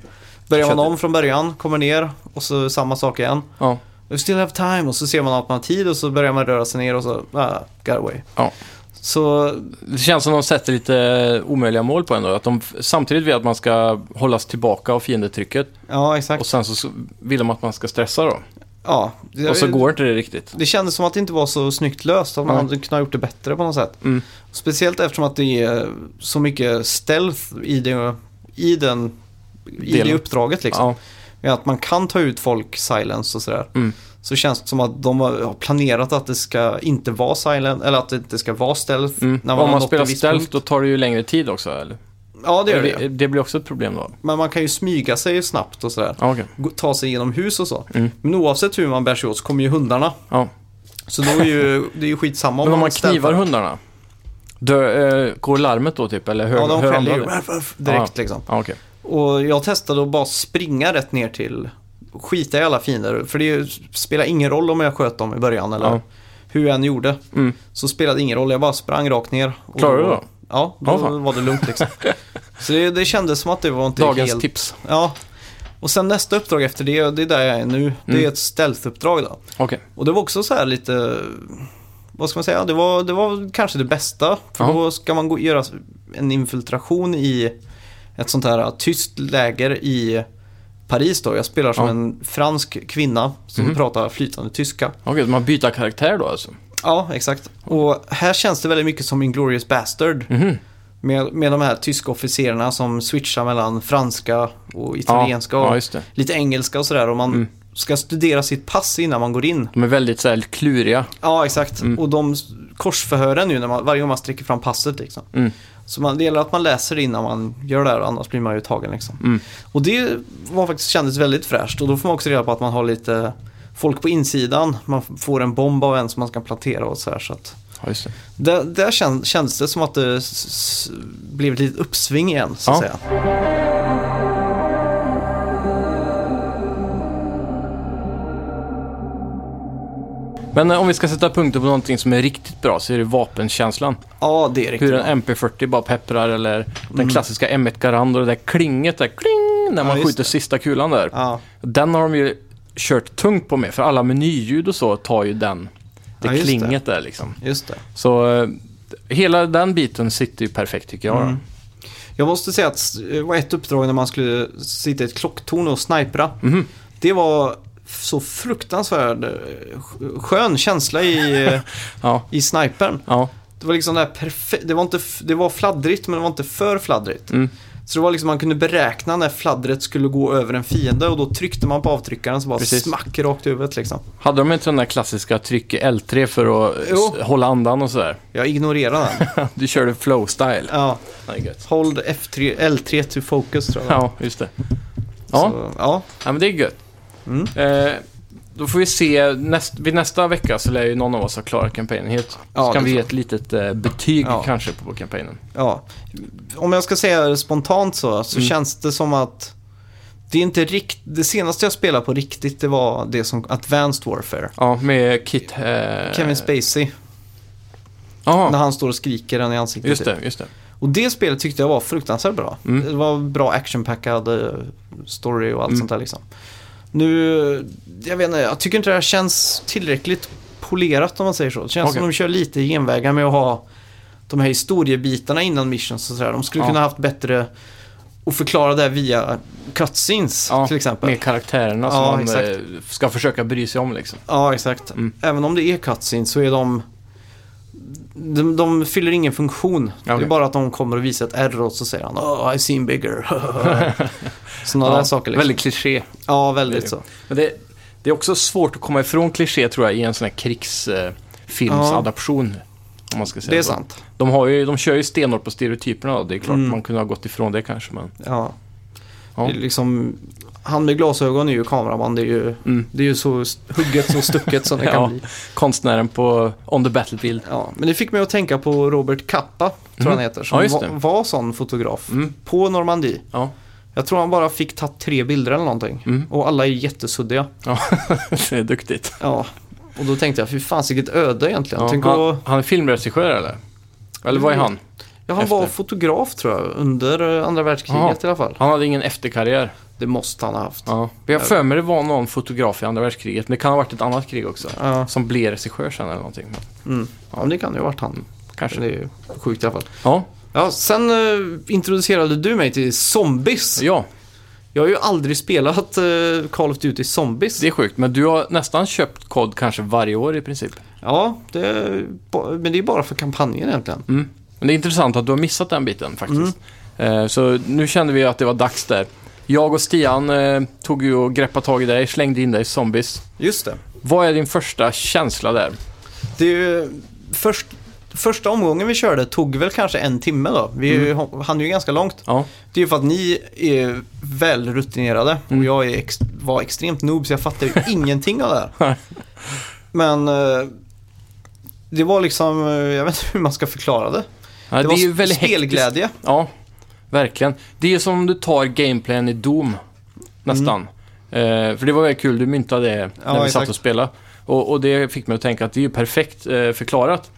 A: Börjar man om från början, kommer ner och så samma sak igen.
B: ja.
A: We still have time och så ser man att man har tid och så börjar man röra sig ner och så ah, got away.
B: Ja.
A: Så
B: Det känns som de sätter lite eh, omöjliga mål på en då. Att de samtidigt vill att man ska hållas tillbaka av fiendetrycket
A: ja, exakt.
B: och sen så vill de att man ska stressa då.
A: Ja.
B: Och så går inte det riktigt.
A: Det kändes som att det inte var så snyggt löst, att man
B: Nej.
A: hade kunnat ha gjort det bättre på något sätt.
B: Mm.
A: Speciellt eftersom att det är så mycket stealth i det, i den, i det
B: Delen.
A: uppdraget. Liksom.
B: Ja,
A: Med Att man kan ta ut folk silence och sådär.
B: Mm.
A: Så känns det som att de har har planerat att det ska inte vara silent eller att det inte ska vara stealth.
B: mm.
A: När man har
B: Om man
A: nått
B: spelar
A: en viss
B: stealth
A: punkt.
B: då tar det ju längre tid också eller?
A: Ja, det gör det.
B: det. blir också ett problem då.
A: Men man kan ju smyga sig snabbt och sådär.
B: Ja, okej.
A: Gå- Ta sig genom hus och så.
B: Mm.
A: Men oavsett hur man bär sig åt så kommer ju hundarna.
B: Ja.
A: Så då är ju, det är ju skitsamma
B: Men om man
A: stealthar.
B: knivar hundarna? Dö, eh, går larmet då typ? Eller hör,
A: Ja, de
B: hör
A: skäller ju
B: andra det?
A: "Ruff, ruff", direkt liksom.
B: Ja, okej.
A: Och jag testade att bara springa rätt ner till, skita i alla fiender. För det spelar ingen roll om jag sköt dem i början eller
B: Ja.
A: hur jag än gjorde.
B: Mm.
A: Så spelade det ingen roll, jag bara sprang rakt ner. Och
B: Klarade du då?
A: Ja, då
B: Ja, fan.
A: var det lugnt liksom. Så det, det kändes som att det var inte
B: Dagens
A: helt...
B: tips.
A: Ja. Och sen nästa uppdrag efter det, det är där jag är nu. Det
B: Mm.
A: är ett stealth-uppdrag då.
B: Okej.
A: Och det var också så här lite, vad ska man säga, det var, det var kanske det bästa. För
B: Ja.
A: då ska man gå, göra en infiltration i ett sånt här tyst läger i Paris då. Jag spelar som
B: Ja.
A: en fransk kvinna som
B: Mhm.
A: pratar flytande tyska.
B: Okej, man byter karaktär då alltså?
A: Ja, exakt. Och här känns det väldigt mycket som Inglourious Bastard.
B: Mhm.
A: Med, med de här tyska officerarna som switchar mellan franska och italienska
B: Ja,
A: och
B: ja, just det.
A: lite engelska och sådär. Och man
B: Mm.
A: ska studera sitt pass innan man går in.
B: De är väldigt så här, kluriga.
A: Ja, exakt.
B: Mm.
A: Och de korsförhören nu när man, varje gång man sträcker fram passet. Liksom.
B: Mm.
A: Så man, det gäller att man läser det innan man gör det här, annars blir man ju tagen. Liksom.
B: Mm.
A: Och det var faktiskt, kändes väldigt fräscht. Och då får man också reda på att man har lite folk på insidan. Man får en bomb av en som man ska plantera och så här. Så att
B: Ja, just det.
A: där där kän, kändes det som att det s- s- blev ett litet uppsving igen, så att
B: Ja.
A: säga.
B: Men eh, om vi ska sätta punkter på någonting som är riktigt bra så är det vapenkänslan.
A: Ja, det är riktigt
B: Hur
A: bra.
B: en MP40 bara pepprar eller den klassiska M1 Garand och det där klinget där kling när
A: Mm. Ja,
B: man
A: just
B: skjuter
A: det.
B: sista kulan där.
A: Ja,
B: Den har de ju kört tungt på med för alla menyljud och så tar ju den. Det
A: Ja, just det.
B: klinget där liksom.
A: just det.
B: Så eh, hela den biten sitter ju perfekt tycker jag.
A: Mm. Jag måste säga att det var ett uppdrag när man skulle sitta i ett klocktorn och snipra.
B: Mhm.
A: Det var så fruktansvärd eh, sk- skön känsla i, eh,
B: Ja,
A: i snipern.
B: ja,
A: Det var liksom det här perfekt, det var, inte, f- det var fladdrigt men det var inte för fladdrigt.
B: Mm.
A: Så det var liksom, man kunde beräkna när fladdret skulle gå över en fiende och då tryckte man på avtryckaren så bara
B: Precis.
A: smack rakt i huvudet liksom.
B: Hade de inte den där klassiska tryck i L3 för att eh,
A: Jo.
B: s- hålla andan och sådär?
A: Jag ignorerade den.
B: Du körde flow-style.
A: Ja,
B: Ja, det är gött.
A: hold F3, L3 to focus tror jag.
B: Ja, just det. Ja,
A: Så, ja.
B: ja men det är gött.
A: Mm.
B: Eh, Då får vi se, näst, vid nästa vecka så lär ju någon av oss ha klarat kampanjen helt. Så
A: Ja,
B: kan
A: det
B: vi
A: tror
B: ge
A: jag.
B: ett litet eh, betyg
A: Ja.
B: kanske på kampanjen.
A: Ja. Om jag ska säga det spontant så, så
B: Mm.
A: känns det som att det är inte rikt... Det senaste jag spelade på riktigt, det var det som Advanced Warfare.
B: Ja, med Kit... Eh...
A: Kevin Spacey, när
B: Ja,
A: han står och skriker en i ansiktet.
B: just
A: typ.
B: det, just det.
A: Och det spelet tyckte jag var fruktansvärt bra.
B: Mm.
A: Det var bra actionpackad eh, story och allt
B: Mm.
A: sånt där liksom. Nu, jag vet inte, jag tycker inte det här känns tillräckligt polerat om man säger så. Det känns
B: Okej.
A: som de kör lite genvägar med att ha de här historiebitarna innan missions och sådär. De skulle
B: Ja.
A: kunna haft bättre och förklara det här via cutscenes
B: Ja,
A: till exempel.
B: Med karaktärerna som
A: Ja,
B: man
A: exakt.
B: eh, ska försöka bry sig om liksom.
A: Ja, exakt.
B: Mm.
A: Även om det är cutscenes så är de... De, de fyller ingen funktion. Det
B: Okej.
A: är bara att de kommer och visar ett R och så säger han oh, I've seen bigger. Sådana där saker. Liksom.
B: Väldigt kliché.
A: Ja, väldigt så.
B: Men det, det är också svårt att komma ifrån kliché tror jag i en sån här krigsfilmsadaption. Om man ska säga
A: Det är
B: så.
A: sant.
B: De, har ju, de kör ju stenhårt på stereotyperna och det är klart
A: Mm.
B: man kunde ha gått ifrån det kanske. Men...
A: Ja.
B: Ja.
A: Det är liksom, han med glasögon är ju kameraman. Det är ju,
B: Mm.
A: det är ju så hugget och stucket som det kan
B: Ja.
A: bli.
B: Konstnären på On the Battlefield.
A: Ja, men det fick mig att tänka på Robert Kappa, tror
B: Mm.
A: han heter, som
B: Ja, just
A: va-
B: det.
A: var sån fotograf
B: Mm.
A: på Normandie.
B: Ja.
A: Jag tror han bara fick ta tre bilder eller någonting.
B: Mm.
A: Och alla är jättesuddiga.
B: det är duktigt.
A: Ja, och då tänkte jag, fy fan vilket öde egentligen.
B: Ja,
A: Tänk
B: han,
A: att,
B: han är filmregissör eller? Eller
A: Mm.
B: vad är han?
A: ja, han var
B: efter.
A: fotograf tror jag, under eh, andra världskriget
B: Jaha.
A: i alla fall.
B: Han hade ingen efterkarriär.
A: Det måste han ha haft. Ja.
B: Ja. Jag har för mig det var någon fotograf i andra världskriget, men det kan ha varit ett annat krig också.
A: Ja,
B: Som blev regissör sen eller någonting. Men
A: men det kan ju ha varit han.
B: Kanske.
A: Det är ju sjukt i alla fall.
B: Ja.
A: Ja, sen eh, introducerade du mig till Zombies.
B: ja,
A: Jag har ju aldrig spelat eh, Call of Duty Zombies.
B: det är sjukt. Men du har nästan köpt kod kanske varje år i princip.
A: Ja, det är, ba- men det är bara för kampanjen egentligen.
B: Mm. Men det är intressant att du har missat den biten faktiskt.
A: Mm.
B: Eh, Så nu kände vi att det var dags där. Jag och Stian eh, tog ju och greppade tag i dig, slängde in dig i zombies.
A: Just det.
B: Vad är din första känsla där?
A: Det är ju, först, första omgången vi körde tog väl kanske en timme då. Vi mm. hann ju ganska långt.
B: Ja,
A: Det är ju för att ni är välrutinerade
B: Mm.
A: och jag är ex- var extremt noob så jag fattar ju ingenting av det här. Men eh, det var liksom, eh, jag vet inte hur man ska förklara det.
B: ja
A: det
B: det,
A: var
B: är ju väldigt hektiskt.
A: spelglädje.
B: Ja, verkligen. Det är ju som om du tar gameplayen i Doom, nästan. Eh, för det var väldigt kul, du myntade det
A: Ja,
B: när vi
A: exakt.
B: satt och spelade. Och, och det fick mig att tänka att det är ju perfekt eh, förklarat.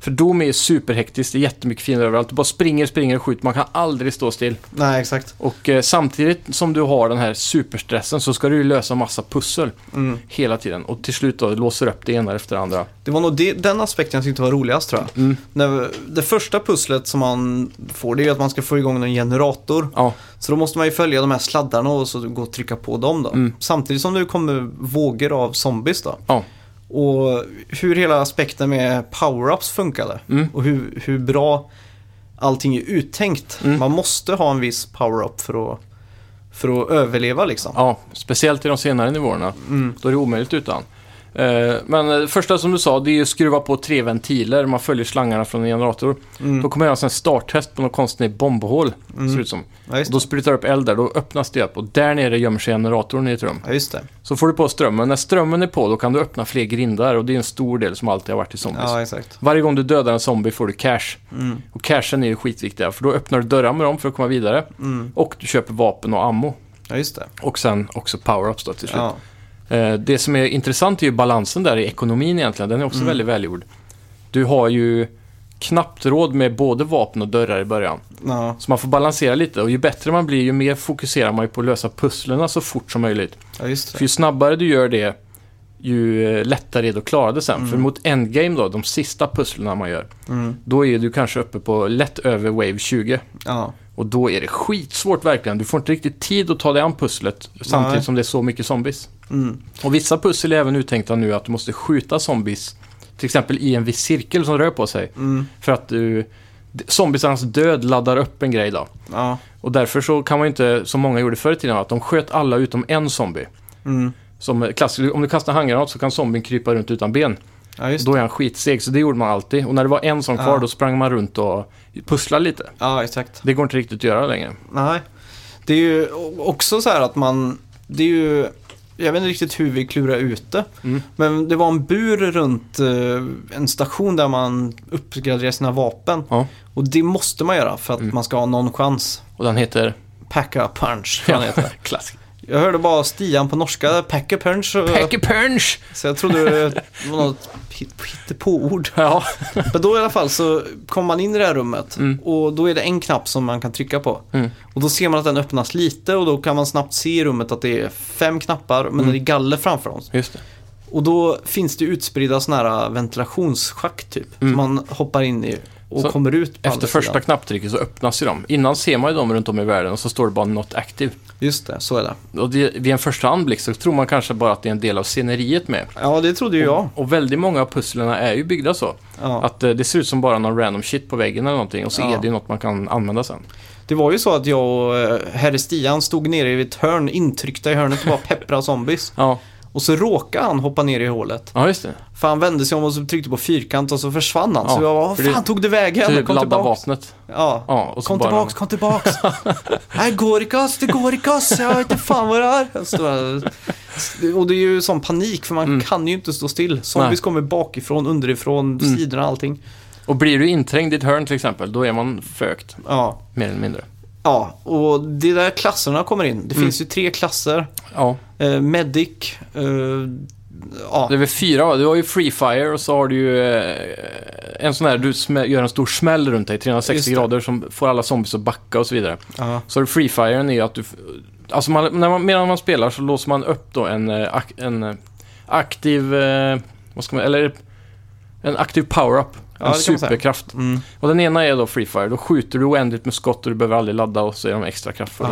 B: För Doom är ju superhektiskt, det är jättemycket fiender överallt. Du bara springer, springer och skjuter, man kan aldrig stå still.
A: Nej, exakt.
B: Och eh, samtidigt som du har den här superstressen så ska du ju lösa massa pussel
A: Mm.
B: hela tiden. Och till slut då låser upp det ena efter det andra.
A: Det var nog det, den aspekten jag tyckte var roligast tror jag.
B: Mm.
A: När, det första pusslet som man får det är ju att man ska få igång en generator.
B: Ja,
A: Så då måste man ju följa de här sladdarna och så gå och trycka på dem då.
B: Mm.
A: Samtidigt som det kommer vågor av zombies då.
B: ja,
A: Och hur hela aspekten med power-ups funkade.
B: Mm.
A: Och hur, hur bra allting är uttänkt.
B: Mm.
A: Man måste ha en viss power-up för att, för att överleva liksom.
B: ja. Speciellt i de senare nivåerna.
A: Mm.
B: Då är det omöjligt utan. Eh, Men eh, det första som du sa, det är ju att skruva på tre ventiler. Man följer slangarna från en generator.
A: Mm.
B: Då kommer jag göra en sån här starttest på något konstigt bombhål. Ser det ut som.
A: Ja,
B: Och
A: just,
B: då sprutar upp eld där, då öppnas det upp och där nere gömmer sig generatorn i ett rum.
A: ja, just det.
B: Så får du på strömmen. När strömmen är på då kan du öppna fler grindar och det är en stor del som alltid har varit i zombies.
A: Ja, exakt.
B: Varje gång du dödar en zombie får du cash.
A: Mm.
B: Och cashen är ju skitviktiga för då öppnar du dörrar med dem för att komma vidare.
A: Mm.
B: Och du köper vapen och ammo.
A: Ja, just det.
B: Och sen också power-ups då till slut.
A: Ja.
B: Eh, Det som är intressant är ju balansen där i ekonomin egentligen. Den är också
A: Mm.
B: väldigt välgjord. Du har ju knappt råd med både vapen och dörrar i början.
A: Ja.
B: Så man får balansera lite och ju bättre man blir ju mer fokuserar man ju på att lösa pusslerna så fort som möjligt.
A: ja, just
B: För
A: det.
B: ju snabbare du gör det ju eh, lättare är det att klara det sen.
A: Mm.
B: För mot endgame då, de sista pusslerna man gör,
A: Mm.
B: då är du kanske uppe på lätt över wave 20.
A: Ja.
B: Och då är det skitsvårt verkligen. Du får inte riktigt tid att ta dig an pusslet samtidigt
A: Nej.
B: som det är så mycket zombies.
A: Mm.
B: Och vissa pussel är även uttänkta nu att du måste skjuta zombies, till exempel i en viss cirkel som rör på sig.
A: Mm.
B: För att du, zombiesarnas död laddar upp en grej då.
A: Ja.
B: Och därför så kan man ju inte, som många gjorde förr i tiden, att de sköt alla utom en zombie.
A: Mm.
B: Som klassiskt, om du kastar en handgranat så kan zombien krypa runt utan ben.
A: Ja, just
B: Då
A: det.
B: är han skitseg, så det gjorde man alltid. Och när det var en sån kvar,
A: Ja.
B: då sprang man runt och pusslade lite.
A: Ja, exakt.
B: Det går inte riktigt att göra längre.
A: Nej. Det är ju o- också så här att man... Det är ju jag vet inte riktigt hur vi klurade ut det. Men det var en bur runt eh, en station där man uppgraderar sina vapen.
B: Ja.
A: Och det måste man göra för att man ska ha någon chans.
B: Och den heter?
A: Packa punch, tror jag den heter.
B: Klassiker.
A: Jag hörde bara Stian på norska, packa punch. och-
B: Packy Punch!
A: Så jag trodde det var något hit- hittepåord.
B: Ja.
A: Men då i alla fall så kommer man in i det här rummet
B: Mm.
A: och då är det en knapp som man kan trycka på. Och då ser man att den öppnas lite och då kan man snabbt se i rummet att det är fem knappar men
B: Mm.
A: det är galler framför dem.
B: Just det.
A: Och då finns det utspridda såna här ventilationsschakt typ. Som man hoppar in i och
B: Mm. Så
A: kommer ut på
B: Efter
A: andra
B: första
A: sidan.
B: knapptrycket så öppnas ju de. Innan ser man ju dem runt om i världen och så står det bara “Not active”.
A: Just det, så är det.
B: Och det, vid en första anblick så tror man kanske bara att det är en del av sceneriet med.
A: Ja, det trodde ju jag.
B: Och väldigt många av pusslerna är ju byggda så.
A: Ja.
B: Att eh, det ser ut som bara någon random shit på väggen eller någonting och så
A: Ja.
B: är det ju något man kan använda sen.
A: Det var ju så att jag och eh, herr Stian stod nere vid ett hörn, intryckta i hörnet och bara peppra zombies.
B: Ja,
A: Och så råkade han hoppa ner i hålet.
B: ja just det.
A: För han vände sig om och så tryckte på fyrkant och så försvann han.
B: Ja,
A: så jag bara, vad
B: för det-
A: fan tog du vägen?
B: Typ
A: kom
B: ladda
A: tillbaks.
B: vapnet.
A: Ja.
B: Ja, och så
A: Kom
B: bara
A: tillbaks, kom tillbaks. Nej, går inte oss, det går inte oss. Jag vet inte fan vad det är. Jag står- Och det är ju sån panik för man kan ju inte stå still. Zombies
B: Mm. Nej. Mm.
A: kommer bakifrån, underifrån, sidorna och allting.
B: Och blir du inträngd i ett hörn till exempel, då är man fökt,
A: Ja.
B: mer eller mindre.
A: ja, och det är där klasserna kommer in.
B: Mm.
A: Det finns ju tre klasser.
B: Ja,
A: Eh, medic, eh, ja.
B: det är väl fyra va? Du har ju Free Fire och så har du ju eh, en sån här, du smä- gör en stor smäll runt dig,
A: Just
B: 360
A: det.
B: grader, som får alla zombies att backa och så vidare.
A: ja.
B: Så har du Free Firen är ju att du... f- Alltså man, när man, medan man spelar så låser man upp då en, eh, ak, en eh, aktiv... eh, Vad ska man... Eller en aktiv power-up.
A: Ja,
B: en
A: det kan man säga.
B: superkraft.
A: Mm.
B: Och den ena är då Free Fire. Då skjuter du oändligt med skott och du behöver aldrig ladda och så är de extra kraftfulla.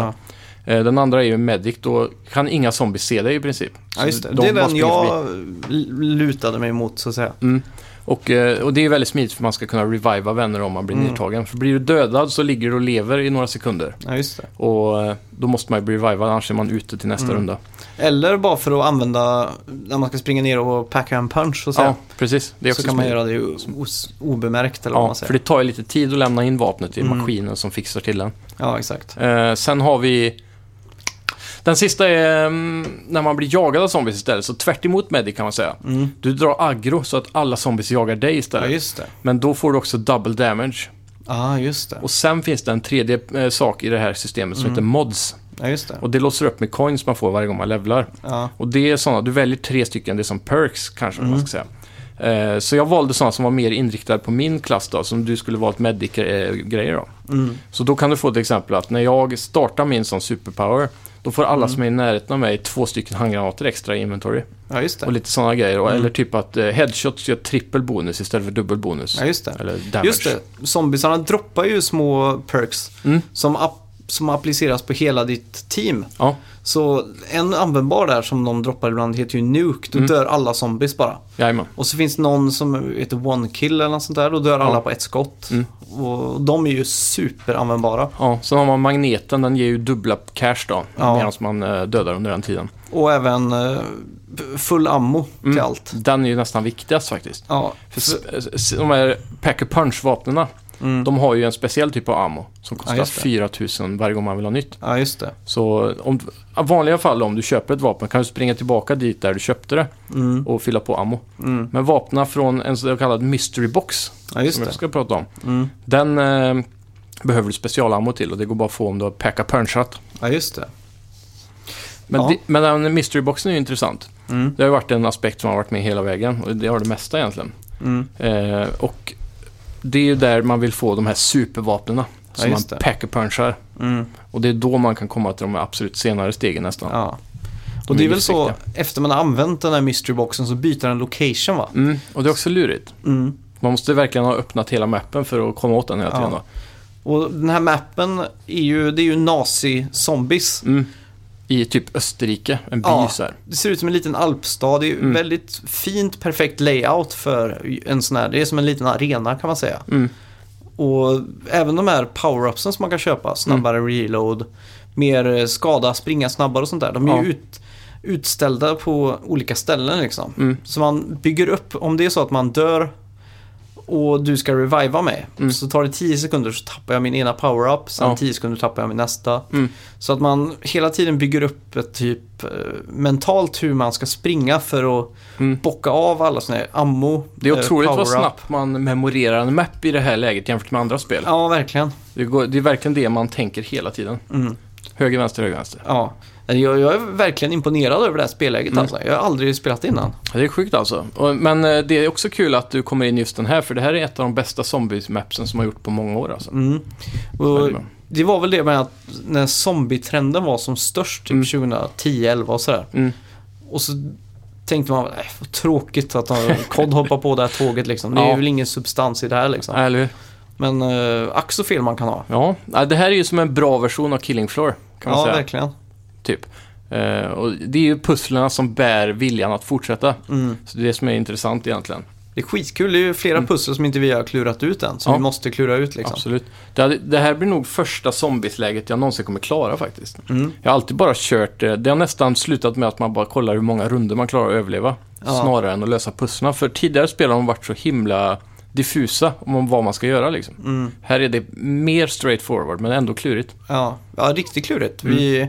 A: Ja.
B: Eh, Den andra är ju Medic. Då kan inga zombies se dig i princip.
A: Ja, just det.
B: Så de
A: det är
B: bara
A: den
B: springer förbi.
A: jag l- lutade mig mot så att säga.
B: Och, eh, och det är väldigt smidigt för man ska kunna reviva vänner om man blir
A: Mm.
B: nedtagen. För blir du dödad så ligger du och lever i några sekunder.
A: Ja, just det.
B: Och eh, då måste man ju bli revivad, annars är man ute till nästa
A: Mm.
B: runda.
A: Eller bara för att använda när man ska springa ner och packa en punch så att säga.
B: Ja, precis. Det är
A: så
B: också
A: kan man
B: smidigt.
A: göra det o- os- obemärkt eller vad
B: Ja,
A: man
B: för
A: säger.
B: det tar ju lite tid att lämna in vapnet i
A: Mm.
B: maskinen som fixar till den.
A: Ja, exakt.
B: Eh, sen har vi... Den sista är mm, när man blir jagad av zombies istället, så tvärt emot medic kan man säga.
A: Mm.
B: Du drar aggro så att alla zombies jagar dig
A: Ja,
B: istället.
A: just det.
B: Men då får du också double damage.
A: Ja, just det.
B: Och sen finns det en tredje eh, sak i det här systemet som
A: Mm.
B: heter mods.
A: Ja, just det.
B: Och det låser upp med coins man får varje gång man levlar.
A: Ja,
B: Och det är sådana, du väljer tre stycken, det är som perks kanske
A: Mm.
B: man ska säga. Eh, så jag valde sådana som var mer inriktade på min klass då, som du skulle valt medic-grejer då.
A: mm.
B: Så då kan du få till exempel att när jag startar min sån superpower, då får
A: Mm.
B: alla som är i närheten av mig två stycken handgranater extra i inventory.
A: ja just det.
B: Och lite sådana grejer. Och-
A: Mm.
B: Eller typ att eh, headshots gör trippel bonus istället för dubbel bonus.
A: Ja, just det.
B: Eller damage.
A: Just det. Zombiesarna droppar ju små perks
B: Mm.
A: som, app- som appliceras på hela ditt team.
B: Ja,
A: Så en användbar där som de droppar ibland heter ju Nuke.
B: Mm.
A: Då dör alla zombies bara.
B: jajamän.
A: Och så finns det någon som heter One Kill eller något sånt där. Då dör alla på ett skott.
B: Mm.
A: Och de är ju superanvändbara.
B: Ja, sen har man magneten, den ger ju dubbla cash då.
A: Ja.
B: Medan man eh, dödar under den tiden.
A: Och även eh, full ammo
B: Mm.
A: till allt.
B: Den är ju nästan viktigast faktiskt.
A: Ja,
B: För s- s- de här pack and punch vapnena
A: Mm.
B: de har ju en speciell typ av ammo som kostar
A: Ja, just det.
B: 4000 varje gång man vill ha nytt.
A: ja, just det.
B: Så om, i vanliga fall om du köper ett vapen kan du springa tillbaka dit där du köpte det
A: Mm,
B: och fylla på ammo.
A: mm,
B: Men vapnen från en så kallad mystery box,
A: ja, just
B: som jag
A: det.
B: ska prata om,
A: Mm,
B: den eh, behöver du specialammo till och det går bara att få om du har packa punchat.
A: ja, just det.
B: Men,
A: Ja.
B: det, men den mystery boxen är ju intressant.
A: Mm,
B: Det har ju varit en aspekt som har varit med hela vägen och det har det mesta egentligen.
A: mm,
B: Eh, och det är ju där man vill få de här supervapnena som man
A: just det.
B: pack punchar.
A: mm,
B: Och det är då man kan komma till de absolut senare stegen nästan.
A: ja.
B: De
A: Och
B: är
A: det är väl så,
B: livsviktiga.
A: efter man har använt den här mystery boxen så byter den location va?
B: Mm, och det är också lurigt.
A: Mm.
B: Man måste verkligen ha öppnat hela mappen för att komma åt den hela
A: Ja.
B: tiden. Då.
A: Och den här mappen är ju, det är ju nazi-zombies.
B: Mm. I typ Österrike, en by
A: Ja.
B: så här.
A: Det ser ut som en liten alpstad. Det är ju
B: Mm.
A: väldigt fint, perfekt layout för en sån här. Det är som en liten arena kan man säga.
B: Mm.
A: Och även de här power-upsen som man kan köpa, snabbare
B: Mm.
A: reload, mer eh, skada, springa snabbare och sånt där. De är ju
B: Ja.
A: ut, utställda på olika ställen liksom.
B: Mm.
A: Så man bygger upp, om det är så att man dör och du ska reviva mig.
B: Mm.
A: Så tar det 10 sekunder så tappar jag min ena power-up, sen
B: Ja.
A: 10 sekunder tappar jag min nästa.
B: Mm.
A: Så att man hela tiden bygger upp ett typ eh, mentalt hur man ska springa för att
B: Mm.
A: bocka av alla såna här ammo.
B: Det är
A: eh,
B: otroligt vad
A: power-up.
B: snabbt man memorerar en map i det här läget jämfört med andra spel.
A: Ja, verkligen.
B: Det, går, det är verkligen det man tänker hela tiden.
A: Mm.
B: Höger, vänster, höger, vänster.
A: Ja. Jag, jag är verkligen imponerad över det här spelläget
B: Mm.
A: alltså. Jag har aldrig spelat innan.
B: Ja, Det är sjukt alltså. Och, men eh, det är också kul att du kommer in just den här, för det här är ett av de bästa zombies-mapsen som har gjort på många år alltså.
A: Mm. Och det var väl det med att när zombietrenden var som störst,
B: Mm.
A: typ 2010, 11 och sådär.
B: Mm.
A: Och så tänkte man, nej vad tråkigt att de- COD hoppar på det här tåget liksom. Det är
B: Ja.
A: väl ingen substans i det här liksom.
B: Eller hur?
A: Men uh, ack så fel man kan ha.
B: Ja, Ja, det här är ju som en bra version av Killing Floor, kan man
A: Ja,
B: säga.
A: verkligen.
B: Typ. Eh, och det är ju pusslerna som bär viljan att fortsätta.
A: Mm.
B: Så det är det som är intressant egentligen.
A: Det är skitkul. Det är ju flera pussel som inte vi har klurat ut än, som
B: Mm. Ja.
A: vi måste klura ut liksom.
B: Absolut. Det, hade- det här blir nog första zombiesläget jag någonsin kommer klara faktiskt.
A: Mm.
B: Jag har alltid bara kört, eh, det har nästan slutat med att man bara kollar hur många runder man klarar att överleva.
A: Ja.
B: Snarare än att lösa pusslen. För tidigare spel har de varit så himla diffusa om vad man ska göra liksom.
A: Mm.
B: Här är det mer straight forward men ändå klurigt.
A: Ja. ja, riktigt klurigt. Vi,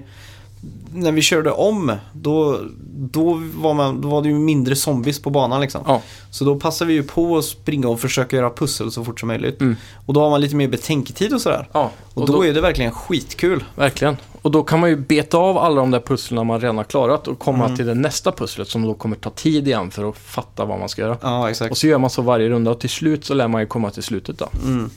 A: när vi körde om, då, då, var man, då var det ju mindre zombies på banan liksom.
B: Ja.
A: Så då passar vi ju på att springa och försöka göra pussel så fort som möjligt.
B: Mm.
A: Och då har man lite mer betänketid och sådär.
B: ja.
A: Och, då, är det verkligen skitkul.
B: Verkligen. Och då kan man ju beta av alla de där pusslen man redan har klarat och komma
A: Mm.
B: till det nästa pusslet som då kommer ta tid igen för att fatta vad man ska göra.
A: Ja, exakt.
B: Och så gör man så varje runda och till slut så lär man ju komma till slutet då.
A: Mm.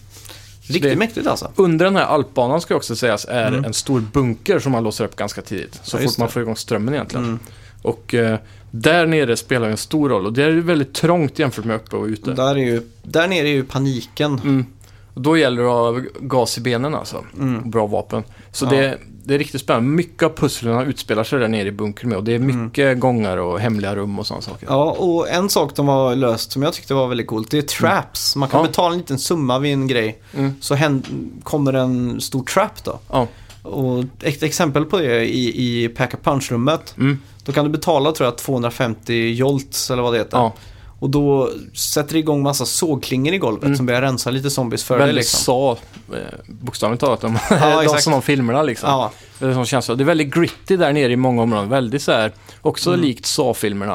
A: Riktigt
B: det-
A: mäktigt alltså.
B: Under den här alpbanan ska också sägas är en stor bunker som man låser upp ganska tidigt. Så
A: Mm. Ja, just
B: fort man
A: det. Mm.
B: får igång strömmen egentligen. Och eh, där nere spelar ju en stor roll och det är ju väldigt trångt jämfört med uppe och ute.
A: Där, är ju, där nere är ju paniken.
B: Mm. Och då gäller det att ha gas i benen alltså. Och Bra vapen. Så
A: Mm. Ja.
B: det, det är riktigt spännande. Mycket av pusslerna utspelar sig där nere i bunkern med. Och det är
A: Mm.
B: mycket gångar och hemliga rum och sådana saker.
A: Ja, och en sak de har löst som jag tyckte var väldigt coolt, det är traps. Man kan
B: Ja.
A: betala en liten summa vid en grej,
B: Mm.
A: så händ, kommer en stor trap då.
B: Ja.
A: Och ett exempel på det är i, i Pack-a-Punch-rummet.
B: Mm.
A: Då kan du betala tror jag 250 jolts eller vad det heter.
B: Ja.
A: Och då sätter det igång massa sågklingor i golvet som börjar rensa lite zombies för dig
B: Mm. Väldigt
A: liksom.
B: sa, eh, bokstavligt talat, om
A: Ja,
B: de
A: exakt.
B: som har filmerna liksom.
A: Ja,
B: Det är, sån känsla. det är väldigt gritty där nere i många områden. Väldigt så här, också likt Saw-filmerna.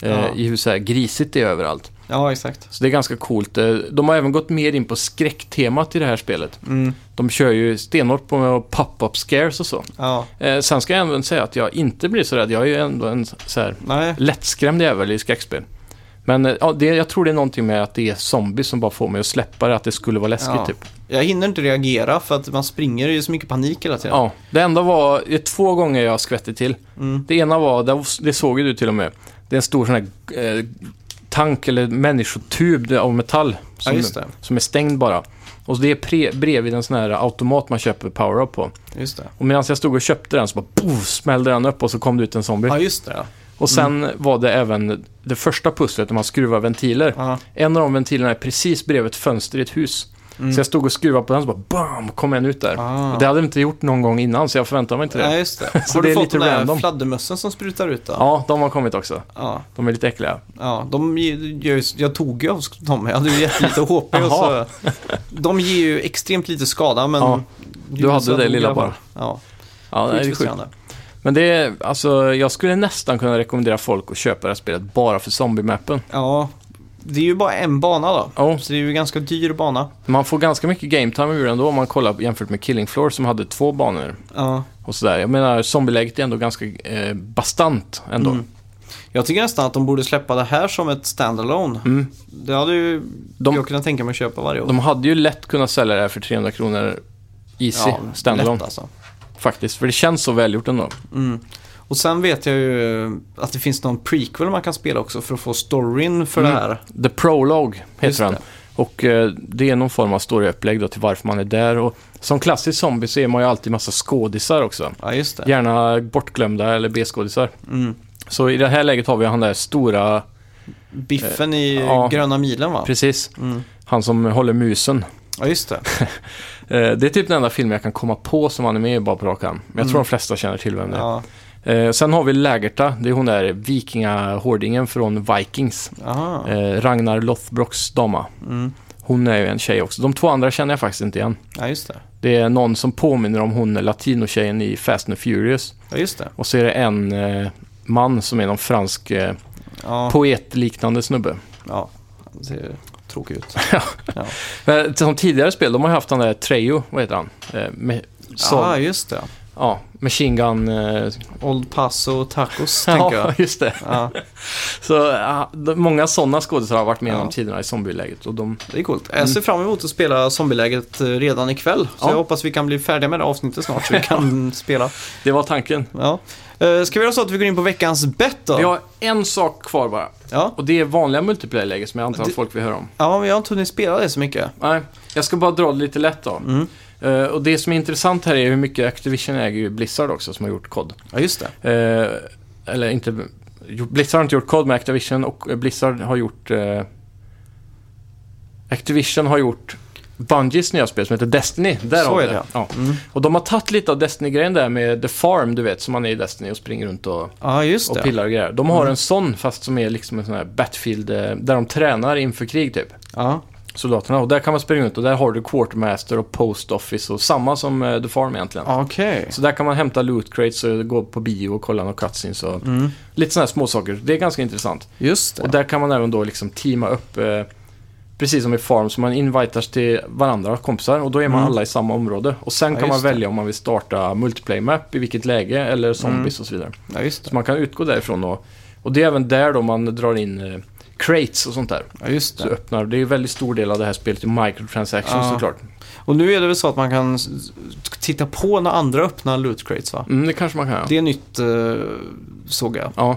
B: Eh,
A: Mm. Ja.
B: I hur så här grisigt det är överallt.
A: ja exakt.
B: Så det är ganska coolt. Eh, De har även gått mer in på skräcktemat i det här spelet.
A: Mm,
B: De kör ju stenhårt på pop-up scares och så.
A: ja,
B: Eh, sen ska jag även säga att jag inte blir så rädd. Jag är ju ändå en så här
A: nej.
B: lättskrämd jävel i skräckspel. Men eh, ja, det, jag tror det är någonting med att det är zombies som bara får mig att släppa det, att det skulle vara läskigt
A: Ja.
B: typ.
A: Jag hinner inte reagera för att man springer i så mycket panik hela tiden.
B: Ja, det enda var, det är två gånger jag skvätte till.
A: Mm.
B: Det ena var, det- det såg ju du till och med, det är en stor sån här eh, tank eller människotub av metall
A: Ja,
B: som,
A: just det.
B: som är stängd bara. Och det är pre, bredvid en sån här automat man köper power-up på.
A: Just det.
B: Och medan jag stod och köpte den så bara poff, smällde den upp och så kom det ut en zombie.
A: Ja, just det. Ja.
B: Och sen var det även det första pusslet när man skruvar ventiler.
A: Ja.
B: En av de ventilerna är precis bredvid ett fönster i ett hus. Så jag stod och skruvade på den så bara bam, kom en ut där.
A: Mm. Ah.
B: Och Det hade jag inte gjort någon gång innan så jag förväntade mig inte det.
A: Ja, just det.
B: Så
A: Har du
B: det är
A: fått
B: lite
A: de där
B: random.
A: fladdermössen som sprutar ut då?
B: Ja, de har kommit också.
A: Ja,
B: De är lite äckliga.
A: ja. De ge- gör, ju- jag tog ju av dem. Jag hade ju jättelite HP och så.
B: Jaha.
A: De ger ju extremt lite skada men...
B: Ja, du hade
A: så
B: det
A: dog
B: lilla
A: i alla fall.
B: Ja,
A: Ja,
B: det är
A: sjukt
B: sjukt.
A: frustrerande.
B: Men det är, alltså, jag skulle nästan kunna rekommendera folk att köpa det här spelet bara för zombie-mappen.
A: Ja, det är ju bara en bana då.
B: Ja.
A: Så det är ju en ganska dyr bana.
B: Man får ganska mycket game time ur ändå om man kollar jämfört med Killing Floor som hade två banor
A: Ja.
B: och sådär. Jag menar, zombieläget är ändå ganska eh, bastant ändå.
A: Mm. Jag tycker nästan att de borde släppa det här som ett standalone.
B: Mm.
A: Det hade ju
B: De-
A: jag kunnat tänka mig att köpa varje år.
B: De hade ju lätt kunnat sälja det här för 300 kronor easy, standalone,
A: lätt alltså.
B: faktiskt. För det känns så välgjort ändå.
A: Mm. Och sen vet jag ju att det finns någon prequel man kan spela också för att få storyn för
B: Mm.
A: det här.
B: The Prologue heter
A: Just
B: den.
A: det.
B: Och eh, det är någon form av storyupplägg då till varför man är där. Och som klassisk zombie så är man ju alltid massa skådisar också.
A: Ja, just det.
B: Gärna bortglömda eller B-skådisar.
A: Mm.
B: Så i det här läget har vi han där stora,
A: Biffen i
B: ja.
A: Gröna milen va?
B: precis,
A: Mm.
B: han som håller musen.
A: Ja, just det. Mm.
B: Eh, det är typ den enda film jag kan komma på som han är med i bara på rak arm. Men jag tror de flesta känner till vem det är.
A: Ja.
B: Eh, sen har vi Lägerta, det är hon där vikingahårdingen från Vikings.
A: Aha.
B: Eh, Ragnar Lothbrocks dama.
A: Mm.
B: Hon är ju en tjej också. De två andra känner jag faktiskt inte igen.
A: Ja, just det.
B: Det är någon som påminner om hon latinotjejen i Fast and Furious.
A: Ja, just det.
B: Och så är det en eh, man som är någon fransk eh,
A: Ja,
B: poetliknande snubbe.
A: ja. det ser tråkigt ut.
B: Men som tidigare spel, de har ju haft den där Trejo, vad heter han? Eh, med, som,
A: Ja, just det.
B: Ja, Machine Gun... Eh,
A: Old Paso Tacos, tänker
B: ja,
A: jag.
B: just det.
A: Ja,
B: Så ja, de- många sådana skådespelare har varit med
A: Ja.
B: genom tiderna i zombieläget. Och de,
A: det är coolt. Jag ser fram emot att spela Zombieläget eh, redan ikväll. Så
B: Mm. Ja.
A: jag hoppas vi kan bli färdiga med det avsnittet snart så vi kan spela.
B: det var tanken.
A: Ja. Eh, Ska vi göra så att vi går in på veckans bett då?
B: Vi har en sak kvar bara.
A: Ja.
B: Och det är vanliga multiplayer-läget som jag antar att
A: Det-
B: folk vill höra om.
A: ja, men jag har inte hunnit spela det så mycket.
B: Nej, jag ska bara dra det lite lätt då.
A: Mm.
B: Eh, och det som är intressant här är hur mycket Activision äger ju Blizzard också som har gjort kod.
A: Ja, just det.
B: Eh, eller inte... jo, Blizzard har inte gjort kod med Activision och eh, Blizzard har gjort... Eh, Activision har gjort Bungies nya spel som heter Destiny. Där
A: Så
B: har vi
A: är det,
B: Ja.
A: Mm.
B: Och de har tagit lite av Destiny-grejen där med The Farm, du vet, som man är i Destiny och springer runt och,
A: Ja, just
B: och
A: det. Mm.
B: pillar och grejer. De har en sån, fast som är liksom en sån här Battlefield, eh, där de tränar inför krig typ.
A: Ja.
B: Soldaterna. Och där kan man springa runt och där har du Quartermaster och Post Office och samma som eh, The Farm egentligen.
A: Okej.
B: Så där kan man hämta loot crates och gå på bio och kolla några cutscenes och
A: Mm.
B: lite sådana här småsaker. Det är ganska intressant.
A: Just
B: Och
A: det.
B: där kan man även då liksom teama upp, eh, precis som i Farm, så man invitas till varandra, kompisar, och då är man
A: Mm.
B: alla i samma område. Och sen
A: Ja,
B: kan man
A: just det. Mm.
B: välja om man vill starta multiplayer map, i vilket läge, eller zombies och så vidare.
A: Ja, just det.
B: Så man kan utgå därifrån och, och det är även där då man drar in eh, crates och sånt där.
A: Ja, just
B: Så
A: det.
B: öppnar, det är ju väldigt stor del av det här spelet i microtransactions
A: Ja.
B: såklart.
A: Och nu är det väl så att man kan s- titta på när andra öppnar loot crates, va?
B: Mm, det kanske man kan ja.
A: Det är nytt, eh, såg jag.
B: Ja,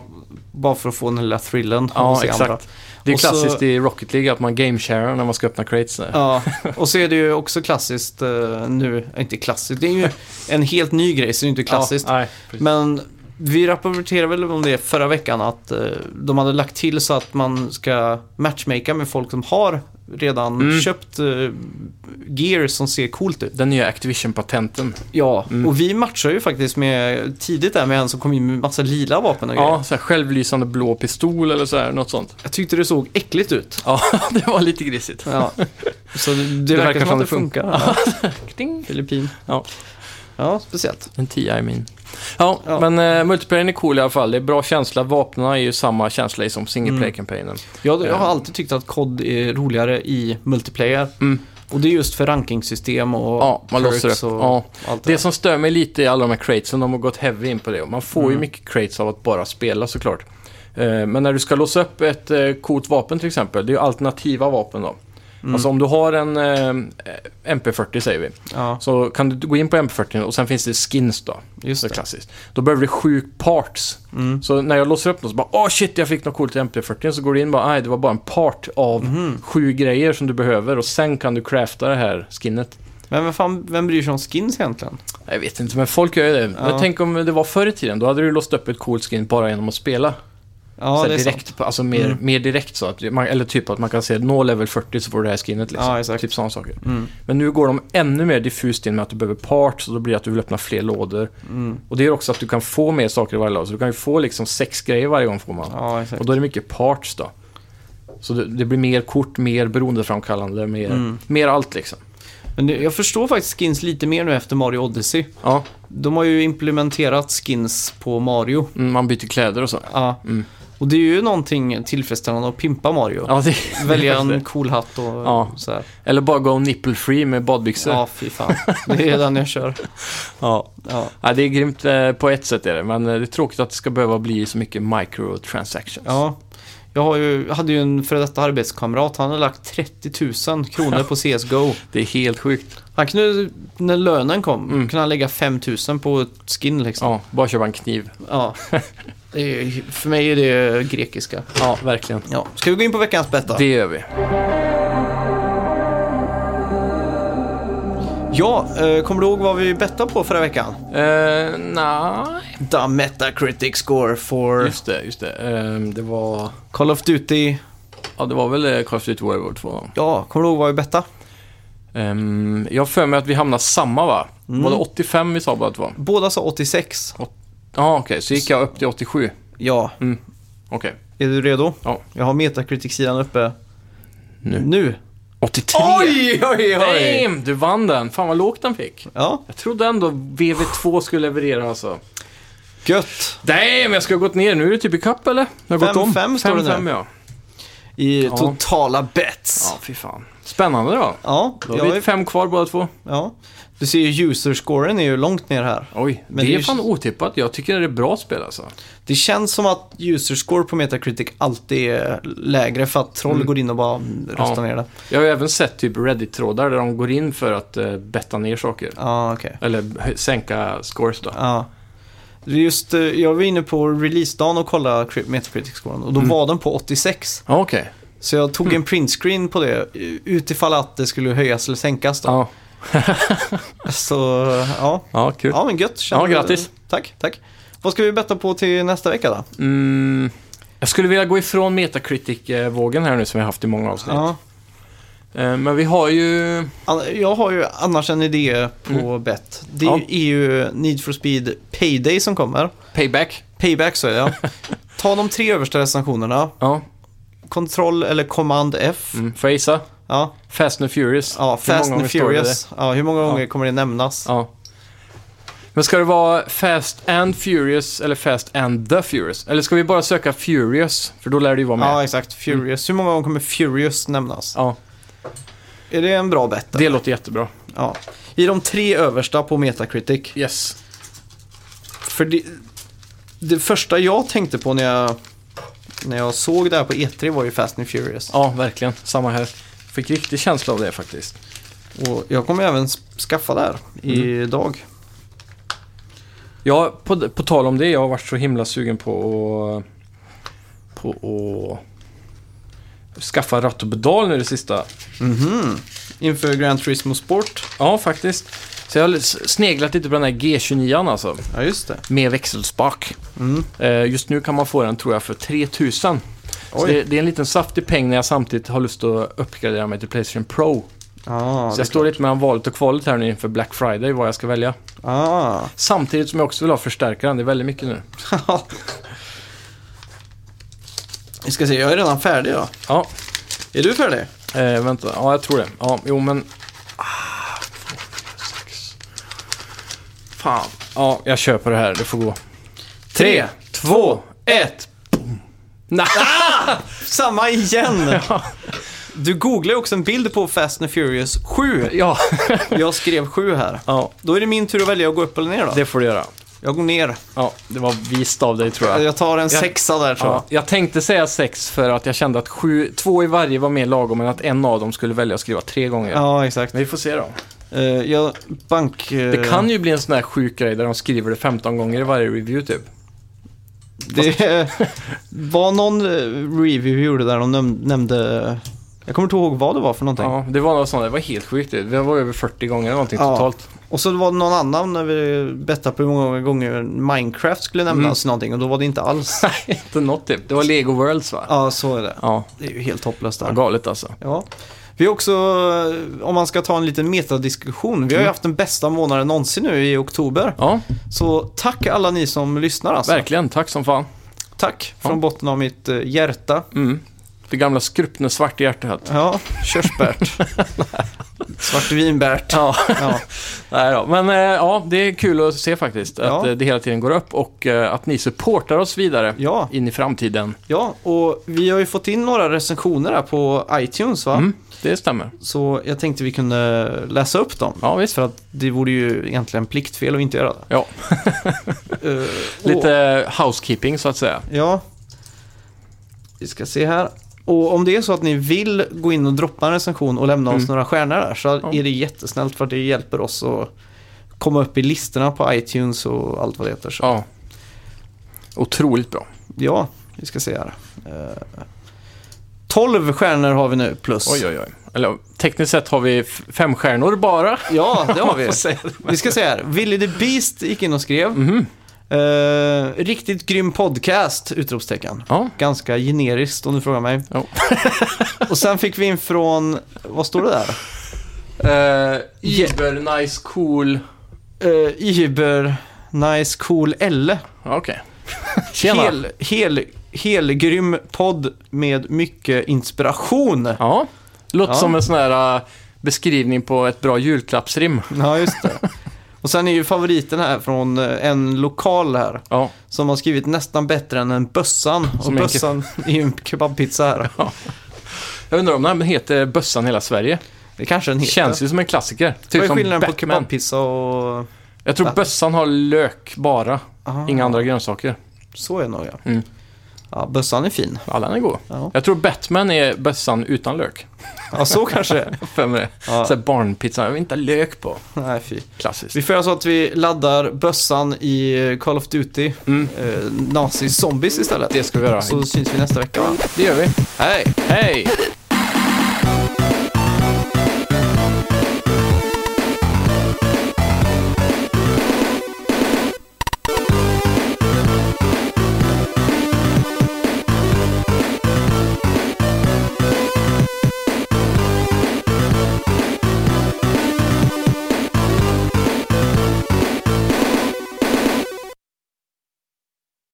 A: Bara för att få den lilla thrillen. av att
B: ja
A: se andra.
B: exakt. Det är
A: Och så-
B: klassiskt i Rocket League att man game-sharar när man ska öppna crates. där.
A: Ja, och så är det ju också klassiskt eh, nu, inte klassiskt, det är ju en helt ny grej så det är inte klassiskt.
B: Ja, nej, precis.
A: Men vi rapporterade väl om det förra veckan att eh, de hade lagt till så att man ska matchmaka med folk som har redan
B: Mm.
A: köpt eh, gear som ser coolt ut.
B: Den nya Activision-patenten.
A: Ja,
B: Mm.
A: och vi matchar ju faktiskt med tidigt där med en som kom in med massa lila vapen och grejer.
B: Ja, så här självlysande blå pistol eller så här, något sånt.
A: Jag tyckte det såg äckligt ut.
B: Ja, det var lite grisigt.
A: Ja. Så det, det, verkar, som att det funkar. Ja.
B: Kling.
A: Filippin.
B: Ja.
A: ja, speciellt.
B: En 10 I mean. Ja,
A: Ja.
B: men eh, multiplayern är cool i alla fall. Det är bra känsla. Vapnen är ju samma känsla i som single
A: Mm.
B: play-kampanjen.
A: Jag, jag har
B: Eh.
A: alltid tyckt att COD är roligare i multiplayer.
B: Mm.
A: Och det är just för rankingsystem och
B: Ja, man
A: perks
B: låser upp.
A: och
B: Ja.
A: allt det,
B: Det som stör mig lite är alla de här cratesen. De har gått heavy in på det. Och Man får ju
A: Mm.
B: mycket crates av att bara spela såklart. Eh, Men när du ska låsa upp ett eh, coolt vapen till exempel, det är ju alternativa vapen då.
A: Mm.
B: Alltså om du har en eh, MP40 säger vi,
A: Ja,
B: så kan du gå in på MP40 och sen finns det skins då.
A: just
B: Så
A: det.
B: klassiskt. Då behöver du sju parts.
A: Mm.
B: Så när jag låser upp något så bara åh shit jag fick något coolt i MP40 så går du in och bara nej det var bara en part av
A: Mm.
B: sju grejer som du behöver och sen kan du crafta det här skinnet.
A: Men vem, fan, vem bryr sig om skins egentligen?
B: Jag vet inte men folk gör ju det. Men tänk om det var förr i tiden då hade du låst upp ett coolt skin bara genom att spela.
A: Ja,
B: så här
A: det är sant.
B: direkt, på- alltså mer,
A: Mm.
B: mer direkt så att man, eller typ att man kan se nå level 40 så får du det här skinnet liksom.
A: Ja, exakt.
B: Typ sådana saker.
A: Mm.
B: Men nu går de ännu mer diffust in med att du behöver parts och då blir det att du vill öppna fler lådor.
A: Mm.
B: Och det är också att du kan få mer saker i varje lag. Så du kan ju få liksom sex grejer varje gång får man.
A: Ja, exakt.
B: Och då är det mycket parts då. Så det, det blir mer kort, mer beroendeframkallande, mer,
A: Mm.
B: mer allt liksom.
A: Men det, jag förstår faktiskt skins lite mer nu efter Mario Odyssey.
B: Ja,
A: De har ju implementerat skins på Mario.
B: mm, man byter kläder och så.
A: Ja.
B: Mm.
A: Och det är ju någonting tillfredsställande att pimpa Mario.
B: Ja, det,
A: Välja en cool hatt och
B: Ja.
A: så här.
B: Eller bara gå nipple free med badbyxor.
A: Ja, fy fan. Det är den jag kör.
B: Ja.
A: Ja,
B: Ja, det är grymt eh, på ett sätt är det, men eh, det är tråkigt att det ska behöva bli så mycket microtransactions.
A: Ja, jag har ju, jag hade ju en före detta arbetskamrat. Han hade lagt 30 000 kronor på CSGO.
B: Det är helt sjukt.
A: Han kunde, när lönen kom,
B: Mm.
A: kunde han lägga 5 000 på ett skin liksom.
B: Ja, bara köpa en kniv.
A: Ja. Det är, för mig är det grekiska.
B: Ja, verkligen.
A: Ja. Ska vi gå in på veckans bett då?
B: Det gör vi.
A: Ja, eh, kommer du ihåg vad vi bettade på förra veckan?
B: Eh, Nej.
A: The Metacritic score for
B: Just det, just det. Eh, det var...
A: Call of Duty.
B: Ja, det var väl eh, Call of Duty World War 2 då.
A: Ja, kommer du ihåg vad vi bettade?
B: Mm. Ehm, jag har för mig att vi hamnar samma va? Var det 85 vi sa bara att det var?
A: Båda sa 86.
B: Ja, okej. Så gick jag upp till 87.
A: Ja,
B: Okej.
A: är du redo?
B: Ja.
A: Jag har Metacritic-sidan uppe
B: Nu.
A: nu.
B: 83!
A: oj,
B: Damn, du vann den. Fan vad lågt den fick.
A: Ja,
B: Jag trodde ändå VV2 skulle leverera alltså.
A: gött.
B: Damn, jag ska ha gått ner. Nu är det typ i kapp eller? Jag har gått om.
A: 5-5 står det nu.
B: 5-5 ja.
A: I
B: Ja.
A: totala bets.
B: Ja, fy fan. Spännande då.
A: Ja,
B: Då har
A: jag
B: vi
A: är,
B: fem kvar båda två.
A: ja. Du ser ju user-scoren är ju långt ner här.
B: Oj,
A: Men
B: det,
A: det är
B: är
A: ju-
B: fan otippat. Jag tycker det är ett bra spel alltså.
A: Det känns som att user-score på Metacritic alltid är lägre för att troll går in och bara röstar
B: Mm.
A: ner
B: Ja.
A: det.
B: Jag har ju även sett typ Reddit-trådar där de går in för att eh, betta ner saker.
A: Ja, okej.
B: Eller hö- sänka scores då.
A: Ja. Det är Just, eh, jag var inne på releasedagen och kollade cri- Metacritic-scoren och då
B: Mm.
A: var den på 86.
B: Ja, okej.
A: Så jag tog
B: Mm.
A: en printscreen på det eh, utifall att det skulle höjas eller sänkas då.
B: Ja.
A: Så ja,
B: ja, kul.
A: ja men gött.
B: Ja, grattis.
A: Tack, tack. Vad ska vi betta på till nästa vecka då?
B: Mm, jag skulle vilja gå ifrån Metacritic-vågen här nu som vi har haft i många avsnitt.
A: Ja.
B: Eh, Men vi har ju...
A: An- Jag har ju annars en idé på bett. Det
B: Mm. Ja.
A: är ju Need for Speed Payday som kommer.
B: Payback.
A: Payback så är det. ja. Ta de tre översta recensionerna.
B: Ja.
A: Kontroll eller Command F.
B: Mm. Får jag gissa?
A: Ja,
B: Fast and Furious.
A: ja
B: Hur många
A: Fast
B: gånger
A: and
B: står det
A: Furious. Ja, hur många gånger kommer det nämnas?
B: det? Ja. Men ska det vara Fast and Furious eller Fast and the Furious? Eller ska vi bara söka Furious? För då lär det ju vara med. Mm.
A: Ja, exakt. Furious. Hur många gånger kommer Furious nämnas?
B: Ja,
A: Är det en bra bett?
B: det låter jättebra.
A: Ja. I de tre översta på Metacritic.
B: Yes.
A: För det, det första jag tänkte på när jag, när jag såg det här på E3 var ju Fast and Furious.
B: Ja, verkligen. Samma här. Fick riktig känsla av det faktiskt.
A: Och jag kommer även s- skaffa det här
B: Mm.
A: idag.
B: Ja, på, på tal om det, jag har varit så himla sugen på att, på att skaffa ratt och pedal nu det sista.
A: Inför Gran Turismo Sport.
B: Ja, faktiskt. Så jag har s- sneglat lite på den här G29 alltså,
A: Ja, just det.
B: med växelspak.
A: Mm.
B: Eh, Just nu kan man få den, tror jag, för 3000. Så
A: Oj.
B: det, det är en liten saftig peng när jag samtidigt har lust att uppgradera mig till Playstation Pro.
A: Ah,
B: så
A: det-
B: jag står lite mellan valet och kvalet här nu inför Black Friday, vad jag ska välja.
A: ah.
B: Samtidigt som jag också vill ha förstärkaren, det är väldigt mycket nu.
A: Vi ska se, jag är redan färdig då.
B: Ja,
A: Är du färdig?
B: eh, vänta. Ja, jag tror det. Ja, jo men... Ah, Fan. Ja, jag köper det här. Det får gå. Tre, två, ett. Nej.
A: Samma igen! Du googlade också en bild på Fast and Furious 7.
B: Ja.
A: Jag skrev 7 här.
B: ja,
A: Då är det min tur att välja att gå upp eller ner då.
B: det får du göra.
A: Jag går ner.
B: Ja, det var vist av dig tror jag.
A: Jag tar en sexa där tror jag.
B: Ja, jag tänkte säga sex för att jag kände att sju, två i varje var mer lagom än att en av dem skulle välja att skriva tre gånger.
A: Ja, exakt.
B: Men vi får se då.
A: Eh, jag, bank... eh,
B: Det kan ju bli en sån här sjuk grej där de skriver det 15 gånger i varje review typ.
A: Det eh, var någon eh, review vi gjorde där de näm- nämnde... Jag kommer inte ihåg vad det var för någonting.
B: Ja, det var något sånt. Det var helt sjukt. typ. Det Det var över 40 gånger eller någonting
A: Ja.
B: totalt.
A: Och så var det någon annan när vi bettade på hur många gånger Minecraft skulle
B: Mm.
A: nämnas i någonting och då var det inte alls.
B: Inte något typ. Det var Lego Worlds va?
A: ja, så är det.
B: Ja,
A: Det är ju helt hopplöst
B: ja
A: där.
B: galet alltså.
A: Ja. Vi har också, eh, om man ska ta en liten metadiskussion, vi
B: Mm.
A: har ju haft den bästa månaden någonsin nu i oktober.
B: Ja,
A: Så tack alla ni som lyssnar alltså.
B: verkligen. Tack som fan.
A: Tack från botten av mitt eh, hjärta.
B: Mm. Det gamla skrupne svarta hjärtat.
A: Ja, körsbärt. Svartvinbärt.
B: Ja,
A: Ja.
B: nej då. Men eh, ja, det är kul att se faktiskt. Att
A: Ja.
B: eh, det hela tiden går upp och eh, att ni supportar oss vidare
A: ja,
B: in i framtiden.
A: ja, och vi har ju fått in några recensioner här på iTunes va?
B: Mm, det stämmer.
A: Så jag tänkte vi kunde läsa upp dem.
B: Ja, visst.
A: För att det vore ju egentligen pliktfel att inte göra det.
B: Ja.
A: Eh,
B: Lite eh, housekeeping så att säga.
A: Ja. Vi ska se här. Och om det är så att ni vill gå in och droppa en recension och lämna
B: Mm.
A: oss några stjärnor där så är det jättesnällt för att det hjälper oss att komma upp i listorna på iTunes och allt vad det heter. Så. Ja.
B: Ja. Otroligt bra.
A: vi ska se här. Eh, 12 stjärnor har vi nu plus.
B: Oj, oj, oj. Eller tekniskt sett har vi f- fem stjärnor bara.
A: Ja, det har
B: Om man
A: vi.
B: får säga det. Mhm.
A: Vi ska se här. Willy the Beast gick in och skrev. Eh, riktigt grym podcast! Utropstecken.
B: Ja.
A: Ganska generiskt om du frågar mig.
B: Ja.
A: och sen fick vi in från, vad står det där?
B: Uh, nice, cool.
A: Uh, Iber Nice Eh, Cool Elle.
B: Ja, Okej. Tjena.
A: Hel, hel, helgrym podd med mycket inspiration.
B: Ja. Låter
A: Ja.
B: som en sån här äh, beskrivning på ett bra julklappsrim.
A: Ja, just det. Och sen är ju favoriten här från eh, en lokal här.
B: Ja.
A: Som har skrivit nästan bättre än en bössan. Och
B: Som en ke-
A: bössan är ju en kebabpizza här.
B: Jag undrar om den heter Bössan hela Sverige.
A: Det kanske den heter.
B: Känns ju som en klassiker. Typ
A: Vad är
B: som
A: skillnaden på
B: Batman.
A: kebabpizza och...
B: Jag tror bössan har lök bara.
A: Aha,
B: Inga andra grönsaker.
A: Så är det nog ja.
B: Mm.
A: Ja, bössan är fin.
B: Ja, den är god.
A: Ja,
B: Jag tror Batman är bössan utan lök.
A: ja så kanske det är.
B: För mig.
A: Ja.
B: Så här barnpizza, jag vill inte ha lök på.
A: Nej, fy.
B: Klassiskt.
A: Vi får göra så att vi laddar bössan i Call of Duty,
B: Mm.
A: eh, nazi-zombies istället.
B: Det ska vi göra.
A: Så syns vi nästa vecka va?
B: Det gör vi.
A: Hej!
B: Hej!